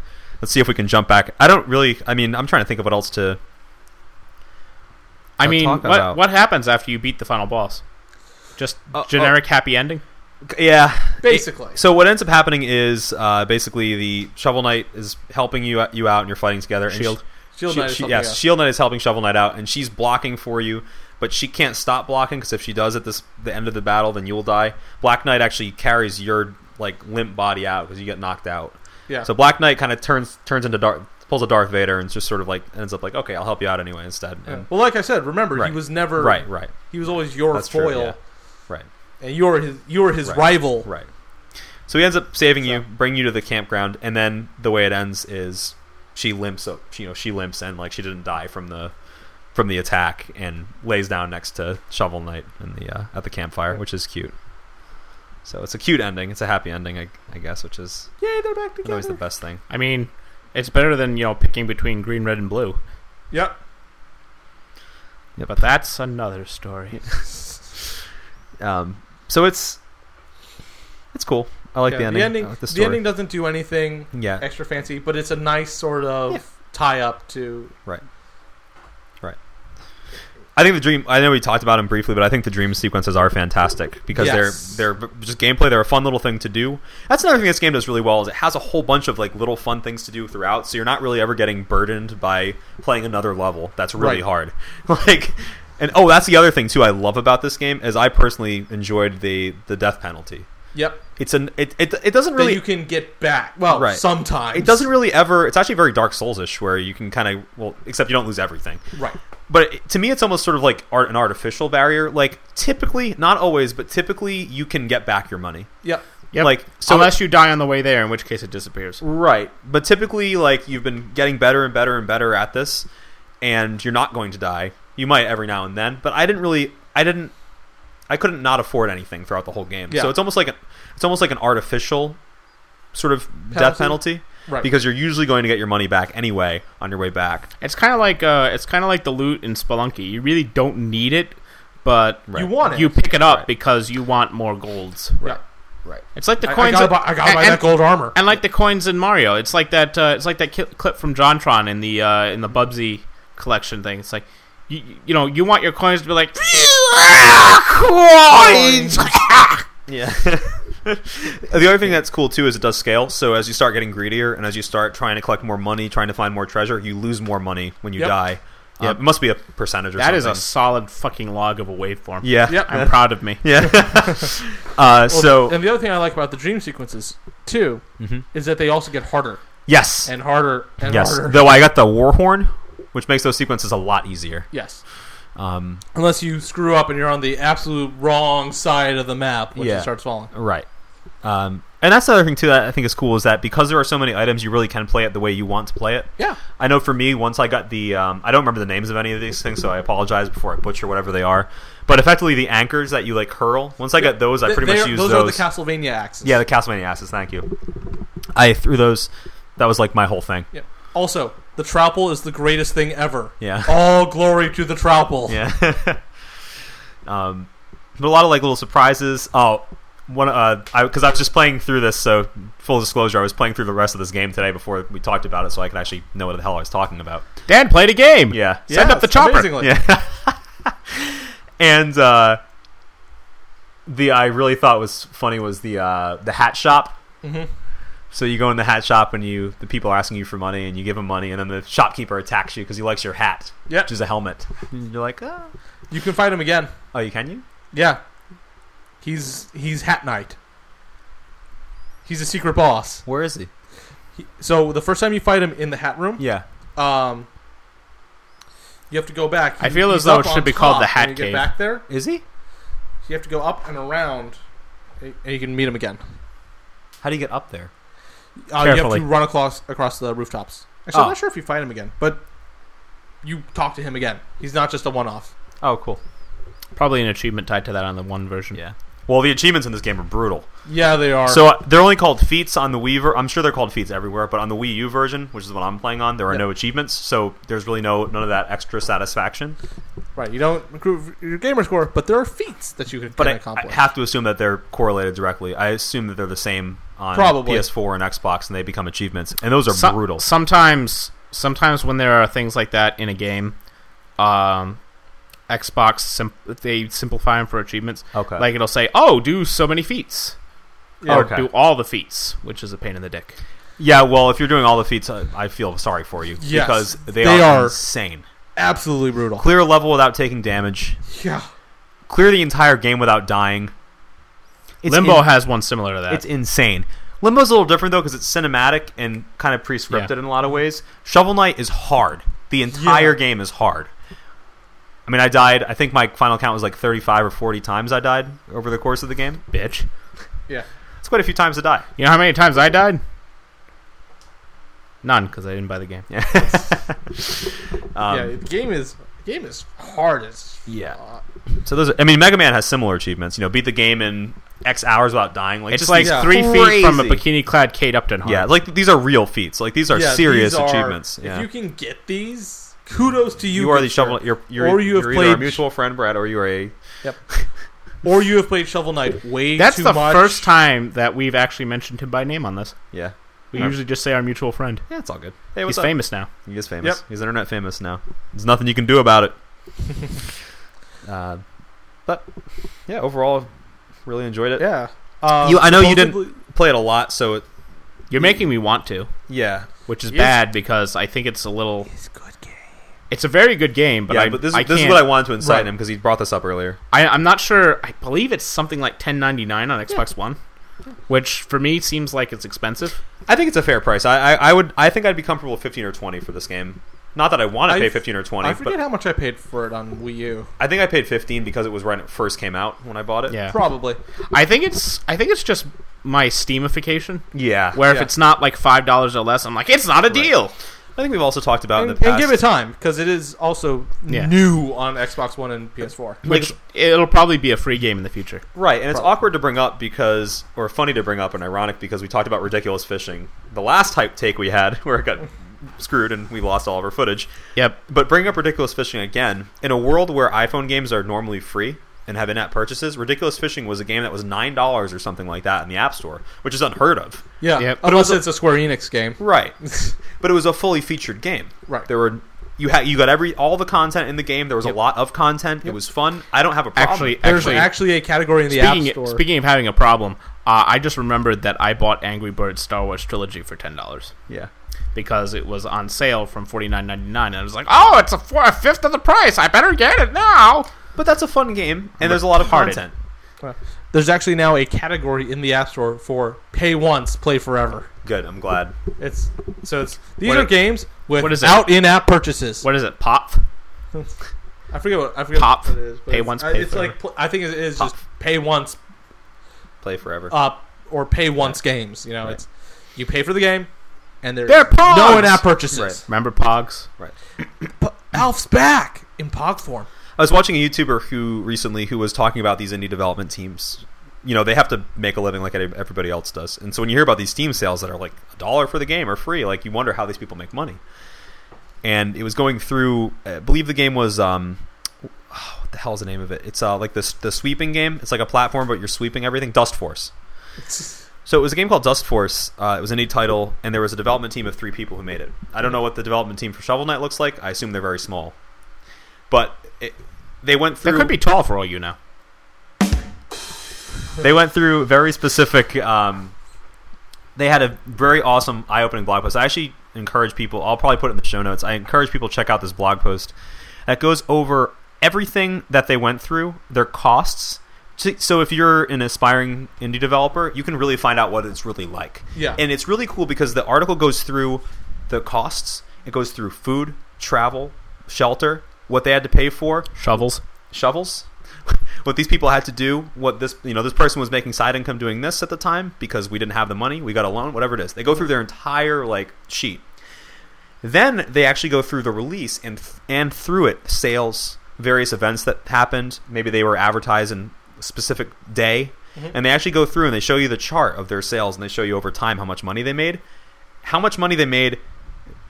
Let's see if we can jump back. I don't really. I mean, I'm trying to think of what else to. I Now mean, talk what about- what happens after you beat the final boss? Just Uh, generic happy ending. Yeah, Basically, So what ends up happening is uh, basically the Shovel Knight is helping you you out, and you're fighting together. Shield. and Shield she- she- Knight. is she- something yes, else. Shield Knight is helping Shovel Knight out, and she's blocking for you, but she can't stop blocking because if she does at this the end of the battle, then you'll die. Black Knight actually carries your like limp body out because you get knocked out. yeah. So Black Knight kind of turns turns into Darth pulls a Darth Vader and just sort of like ends up like okay, I'll help you out anyway instead. Yeah. And, Well, like I said, remember Right. he was never Right, right, He was always your That's true, foil, yeah. right. and you were his you were his Right. rival. Right. So he ends up saving you, So- bringing you to the campground, and then the way it ends is she limps up. You know, she limps and like she didn't die from the from the attack, and lays down next to Shovel Knight in the uh, at the campfire, which is cute. So it's a cute ending. It's a happy ending, I, I guess, which is Yay, they're back together. always the best thing. I mean, it's better than you know picking between green, red, and blue. Yep. But that's another story. Um, so it's it's cool. I like Yeah, the ending. The ending, I like the the story. ending doesn't do anything yeah, extra fancy, but it's a nice sort of Yeah. tie up to. I think the dream. I know we talked about them briefly, but I think the dream sequences are fantastic because Yes. they're they're just gameplay. They're a fun little thing to do. That's another thing this game does really well is it has a whole bunch of like little fun things to do throughout. So you're not really ever getting burdened by playing another level. That's really hard. Like, and oh, that's the other thing too. I love about this game is I personally enjoyed the the death penalty. Yep. It's an it it, it doesn't really that you can get back. Well, Right. sometimes it doesn't really ever. It's actually very Dark Souls ish where you can kind of well except you don't lose everything. Right. But it- to me, it's almost sort of like art, an artificial barrier. Like typically, not always, but typically, you can get back your money. Yep. Yep. Like so, unless you die on the way there, in which case it disappears. right. But typically, like you've been getting better and better and better at this, and you're not going to die. You might every now and then, but I didn't really. I didn't. I couldn't not afford anything throughout the whole game. Yeah. So it's almost like an, it's almost like an artificial sort of death penalty Right. because you're usually going to get your money back anyway on your way back. It's kind of like uh, it's kind of like the loot in Spelunky. You really don't need it, but Right. you want it. you pick it up Right. because you want more golds. Yeah. Right. It's like the I- coins. I, gotta that- buy, I gotta and, buy that gold armor. and like the coins in Mario. It's like that. Uh, it's like that ki- clip from JonTron in the uh, in the Bubsy collection thing. It's like you, you know you want your coins to be like Coins. Yeah. the other thing that's cool too is it does scale. So as you start getting greedier and as you start trying to collect more money, trying to find more treasure, you lose more money when you Yep. die. Uh, it must be a percentage or That is something. a solid fucking log of a waveform. yeah. Yep. I'm proud of me. Yeah. uh, Well, so and the other thing I like about the dream sequences too Mhm. is that they also get harder yes, and harder and yes. harder. Though I got the war horn, which makes those sequences a lot easier. yes, Um, unless you screw up and you're on the absolute wrong side of the map when Yeah. it starts falling. Right. Um, and that's the other thing too that I think is cool is that because there are so many items, you really can play it the way you want to play it. Yeah. I know for me, once I got the, um, I don't remember the names of any of these things, so I apologize before I butcher whatever they are. But effectively, the anchors that you like hurl. Once I got those, I Th- pretty they much are- used those, those. are the Castlevania axes. yeah, the Castlevania asses. Thank you. I threw those. That was like my whole thing. Yep. Also, the Trouple is the greatest thing ever. Yeah. All glory to the Trouple. Yeah. um, but a lot of like little surprises. Oh, one uh, I because I was just playing through this. So full disclosure, I was playing through the rest of this game today before we talked about it, so I could actually know what the hell I was talking about. Dan played a game. Yeah. Yeah, Send up the it's chopper. amazingly. Yeah. and uh, the I really thought was funny was the uh, the hat shop. Mhm. Mm-hmm. So you go in the hat shop and you the people are asking you for money and you give them money and then the shopkeeper attacks you because he likes your hat, Yep. which is a helmet. And you're like, oh, You can fight him again. oh you can you? Yeah. He's he's Hat Knight. He's a secret boss. Where is he? He- so the first time you fight him in the hat room, Yeah. um, you have to go back. I feel He's as though up it should on be called top the Hat when you get Cave. back there, Is he? you have to go up and around, and and you can meet him again. How do you get up there? Uh, you have Carefully. to run across across the rooftops. Actually, Oh. I'm not sure if you fight him again, but you talk to him again. He's not just a one off. Oh, cool. Probably an achievement tied to that on the one version. Yeah. Well, the achievements in this game are brutal. Yeah, they are. So uh, they're only called feats on the Wii. Ver- I'm sure they're called feats everywhere, but on the Wii U version, which is what I'm playing on, there are Yep. no achievements, so there's really no none of that extra satisfaction. right, you don't improve your gamer score, but there are feats that you can, But can I, I accomplish. have to assume that they're correlated directly. I assume that they're the same on Probably. PS4 and Xbox, and they become achievements, and those are Some- brutal. Sometimes, sometimes when there are things like that in a game, um, Xbox sim- they simplify them for achievements. Okay. Like it'll say, "Oh, do so many feats." Yeah. Or Okay. do all the feats, which is a pain in the dick. yeah, well, if you're doing all the feats, I, I feel sorry for you Yes. because they, They are, are- insane. Absolutely brutal. Clear a level without taking damage. Yeah. Clear the entire game without dying. It's Limbo in- has one similar to that. It's insane. Limbo's a little different though because it's cinematic and kind of pre-scripted Yeah. in a lot of ways. Shovel Knight is hard. The entire Yeah. game is hard. I mean, I died. I think my final count was like 35 or 40 times I died over the course of the game. bitch. Yeah. It's quite a few times to die. You know how many times I died? None, because I didn't buy the game. Um, yeah. Um, The game is the game is hard as Yeah. fuck. So those, are, I mean, Mega Man has similar achievements. You know, beat the game in X hours without dying. Like it's just like these- yeah. three feet from a Crazy. bikini-clad Kate Upton. Hahn. yeah, like these are real feats. Like these are Yeah, serious these are- achievements. If Yeah. you can get these, kudos to you. You are good the shovel. sir. You're, you're, e, Or you have you're either a played- mutual friend, Brad, or you are a Or you have played Shovel Knight way That's too the much. first time that we've actually mentioned him by name on this. yeah. We Our- usually just say our mutual friend. Yeah, it's all good. Hey, He's what's up? famous now. He is famous. He's internet famous now. There's nothing you can do about it. uh, but yeah, overall, really enjoyed it. Yeah. Um, You- I know you didn't- supposedly- Play it a lot, so it, You're making me want to, yeah, which is Yes. bad because I think it's a little. It's good game. It's a very good game, but yeah. I, but this, I this is can't- what I wanted to incite Right. him because he brought this up earlier. I, I'm not sure. I believe it's something like 10.99 on Xbox One, which for me seems like it's expensive. I think it's a fair price. I, I, I would I think I'd be comfortable with fifteen or twenty for this game. Not that I want to I pay f- fifteen or twenty, I but forget how much I paid for it on Wii U. I think I paid fifteen because it was right when it first came out when I bought it. Yeah, Probably. I think it's. I think it's just my Steamification, yeah. where if Yeah. it's not like five dollars or less, I'm like, it's not a deal. I think we've also talked about and, in the past. and give it time because it is also Yeah. new on Xbox One and PS4. Which it'll probably be a free game in the future. Right, and it's Probably. awkward to bring up because, or funny to bring up and ironic because we talked about ridiculous fishing the last type take we had where it got screwed and we lost all of our footage. Yep. But bring up ridiculous fishing again in a world where iPhone games are normally free and have in-app purchases. Ridiculous fishing was a game that was nine dollars or something like that in the App Store, which is unheard of. yeah, Yep. unless it's a Square Enix game. Right, but it was a fully featured game. Right. there were You had you got every all the content in the game. There was a lot of content. It was fun. I don't have a problem. Actually, There's actually, actually, a category in the App speaking, Store. speaking of having a problem, uh, I just remembered that I bought Angry Birds Star Wars Trilogy for ten dollars yeah. because it was on sale from forty nine ninety nine, and I was like, "Oh, it's a, four, a fifth of the price. I better get it now." But that's a fun game, and there's a lot of Retarded. content. There's actually now a category in the App Store for pay once, play forever. Good. I'm glad. It's so it's these What- are games what is without in-app purchases. What is it? Pop? I forget what I forget Pop. what it is. but Pay it's- once, I- pay it's forever. like pl- I think it is Pop. just pay once Play forever. up or pay once games. You know, Right. it's you pay for the game, and there's They're pogs. no in-app purchases. Remember Pogs? Alf's back in Pog form. I was watching a YouTuber who recently who was talking about these indie development teams. You know, they have to make a living like everybody else does. And so when you hear about these Steam sales that are like a dollar for the game or free, like you wonder how these people make money. And it was going through. I believe the game was. Um, oh, what the hell is the name of it? It's uh, like the the sweeping game. It's like a platform, but you're sweeping everything. Dust Force. So it was a game called Dust Force. Uh, it was an indie title, and there was a development team of three people who made it. I don't know what the development team for Shovel Knight looks like. I assume they're very small, but it, they went They through. could be tall for all you know. They went through very specific. Um, they had a very awesome eye-opening blog post. I actually encourage people. I'll probably put it in the show notes. I encourage people to check out this blog post that goes over everything that they went through, their costs. So- So if you're an aspiring indie developer, you can really find out what it's really like. Yeah. And it's really cool because the article goes through the costs. It goes through food, travel, shelter, what they had to pay for, Shovels. shovels. what these people had to do, what this you know, this person was making side income doing this at the time because we didn't have the money, we got a loan, whatever it is. They go through their entire like sheet. Then they actually go through the release and th- and through it sales, various events that happened. Maybe they were advertised in a specific day, and they actually go through and they show you the chart of their sales and they show you over time how much money they made, how much money they made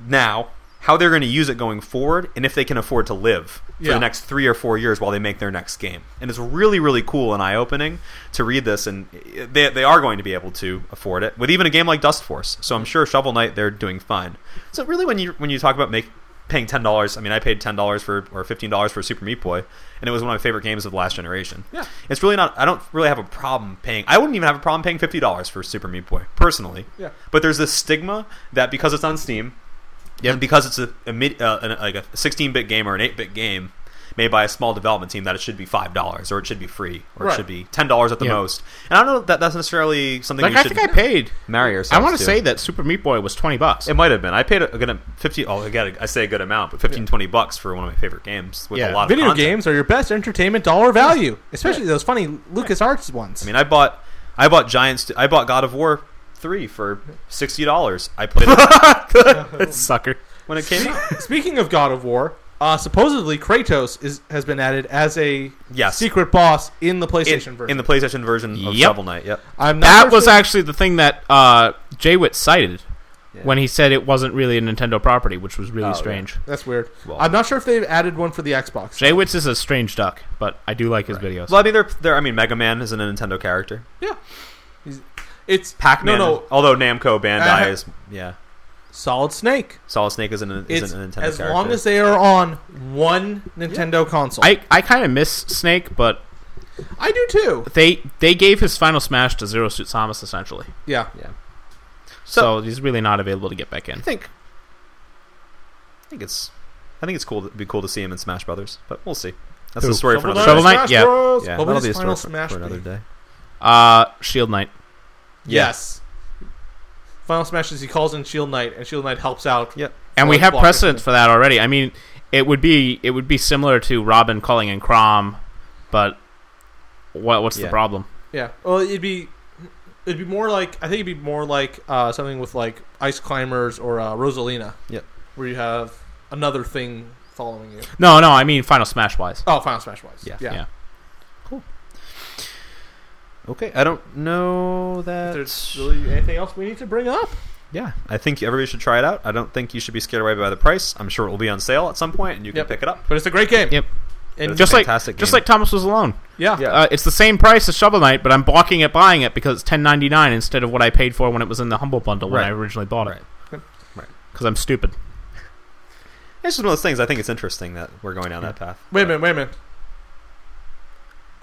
now, how they're going to use it going forward, and if they can afford to live for Yeah. the next three or four years while they make their next game. And it's really, really cool and eye opening to read this, and they, they are going to be able to afford it with even a game like Dust Force. So I'm sure Shovel Knight they're doing fine. So really, when you when you talk about make paying ten dollars, I mean I paid ten dollars for or fifteen dollars for Super Meat Boy, and it was one of my favorite games of the last generation. Yeah. it's really not. I don't really have a problem paying. I wouldn't even have a problem paying fifty dollars for Super Meat Boy personally. Yeah. But there's this stigma that because it's on Steam, and because it's a, a mid, uh, an, like a 16-bit game or an 8-bit game made by a small development team, that it should be five dollars or it should be free or Right. it should be ten dollars at the Yeah. most. And I don't know that that's necessarily something Like we I should think I paid. marry I ourselves. want to to say that Super Meat Boy was twenty bucks. it might have been. I paid a, a good am- fifty. Oh, again, I say a good amount, but 15, 20 bucks for one of my favorite games with a Yeah. lot of Video content. games are your best entertainment dollar value, especially those funny LucasArts ones. I mean, I bought, I bought Giants. I bought God of War three for sixty dollars. I played it Sucker. when it came out. Speaking of God of War, uh, supposedly Kratos is has been added as a Yes. secret boss in the In, PlayStation version. in the PlayStation version of Yep. Shovel Knight. Yep. I'm not That sure was if actually the thing that uh, Jaywit cited Yeah. when he said it wasn't really a Nintendo property, which was really Oh, strange. they- that's weird. Well- I'm not sure if they've added one for the Xbox. Jaywitz is a strange duck, but I do like his videos. Well, I mean, they're, they're, I mean, Mega Man isn't a Nintendo character. Yeah, He's- it's Pac-Man. No, no, Although Namco Bandai Uh, is, yeah. Solid Snake. Solid Snake isn't a, It's isn't a Nintendo as character. long as they are on one Nintendo console. I, I kind of miss Snake, but I do too. they they gave his final smash to Zero Suit Samus essentially, Yeah, so, he's really not available to get back I in. think, I think it's, I think it's cool. To, it'd be cool to see him in Smash Brothers, but we'll see. That's Who? the story for another. Shovel Knight? Smash Yeah. Bros. Yeah, What would that'll his be a final story for, Smash for another be? day. Uh, Shield Knight. Yes. Final Smash is he calls in Shield Knight, and Shield Knight helps out. Yep. and we Like have blockers, precedent yeah. for that already. I mean, it would be it would be similar to Robin calling in Crom, but what what's Yeah. the problem? Yeah. Well, it'd be it'd be more like I think it'd be more like uh, something with like Ice Climbers or uh, Rosalina. Yep. Where you have another thing following you. No, no, I mean Final Smash wise. Oh, Final Smash wise. Yeah. Yeah. Yeah. Okay, I don't know that. There's really anything else we need to bring up? yeah, I think everybody should try it out. I don't think you should be scared away by the price. I'm sure it will be on sale at some point, and you can Yep. pick it up. But it's a great game. Yep. And It's Just a like fantastic just game. like Thomas was alone. yeah. Yeah. Uh, it's the same price as Shovel Knight, but I'm balking at buying it because it's 10.99 instead of what I paid for when it was in the Humble Bundle when Right. I originally bought it. Right. Right. Because I'm stupid. It's just one of those things. I think it's interesting that we're going down that path. Wait a minute, wait a minute.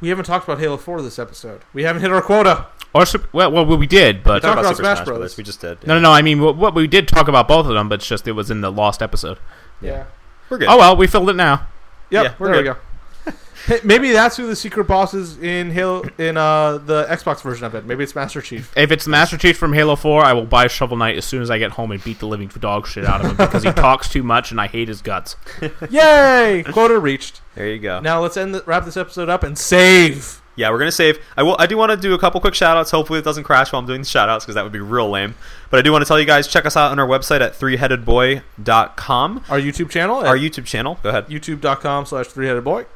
We haven't talked about Halo 4 this episode. We haven't hit our quota. Or Sup- well, well, we did, but talked Talk about Super Smash Brothers. Brothers. We just did. no, no, no. I mean, what, what we did talk about both of them, but it's just it was in the lost episode. Yeah. Yeah. We're good. Oh well, we filled it now. Yep, Yeah, we're there we go. Hey, maybe that's who the secret boss is in Halo in uh, the Xbox version of it. Maybe it's Master Chief. If it's the Master Chief from Halo Four, I will buy Shovel Knight as soon as I get home and beat the living dog shit out of him because he talks too much and I hate his guts. Yay! Quota reached. there you go. Now let's end the, wrap this episode up and save. Yeah, we're gonna save. I will. I do want to do a couple quick shout outs. Hopefully, it doesn't crash while I'm doing the shout outs because that would be real lame. But I do want to tell you guys check us out on our website at threeheadedboy.com. Our YouTube channel at Our YouTube channel. Go ahead. youtube.com slash three-headed boy.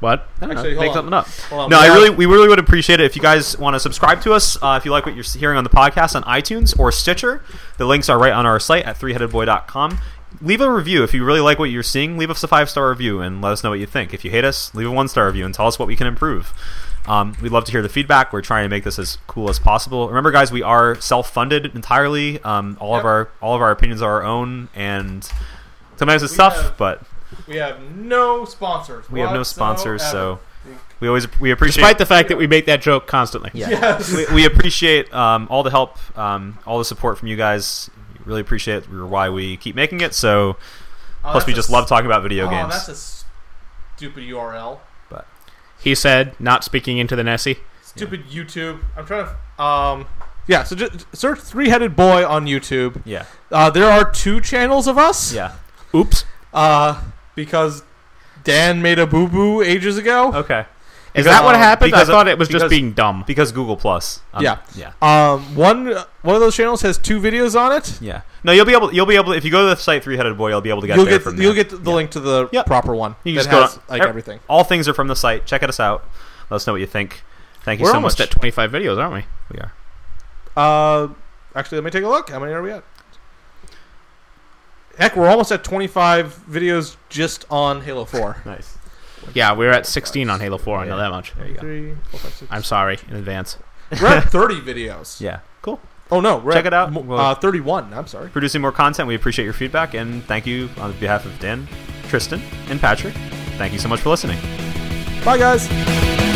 What? I don't know, Actually, hold make on. something up. Hold on, No, we I have- really, we really would appreciate it if you guys want to subscribe to us. Uh, if you like what you're hearing on the podcast on iTunes or Stitcher, the links are right on our site at threeheadedboy.com. Leave a review if you really like what you're seeing. Leave us a five star review and let us know what you think. If you hate us, leave a one star review and tell us what we can improve. Um, we'd love to hear the feedback. We're trying to make this as cool as possible. Remember, guys, we are self funded entirely. Um, all Yep. of our all of our opinions are our own, and sometimes it's tough, have- but We have no sponsors. we have no sponsors, whatsoever. so we always we appreciate. Despite the fact that we make that joke constantly. Yeah. Yes. we, we appreciate um, all the help, um, all the support from you guys. Really appreciate it. We're why we keep making it. So, Oh, plus we that's a just s- love talking about video oh, games. that's a stupid URL. He said, not speaking into the Nessie. Stupid YouTube. I'm trying to. Um, yeah, so just search Three Headed Boy on YouTube. yeah, Uh, there are two channels of us. yeah. Oops. Uh, because Dan made a boo boo ages ago. Okay, Because- Is that what um, happened? I because- thought it was just because- being dumb. because Google Plus. Um, Yeah. yeah, Um, one one of those channels has two videos on it. yeah. No, you'll be able. You'll be able. If you go to the site Three Headed Boy, you'll be able to get you'll there get from you'll there. get the link to the Yep. proper one. You that just go has, to- like ev- everything. all things are from the site. Check us out. Let us know what you think. Thank you We're so almost much. at 25 videos, aren't we? we are. Uh, actually, let me take a look. How many are we at? Heck, we're almost at 25 videos just on Halo 4. Nice. Yeah, we were at 16 on Halo 4. I know Yeah. that much. There you go. Three, four, five, six. I'm sorry in advance. We're at 30 videos. Yeah. Cool. Oh no, we're Check at it out. mo- We'll- Uh, 31. I'm sorry. Producing more content. We appreciate your feedback and thank you on behalf of Dan, Tristan, and Patrick. Thank you so much for listening. Bye guys.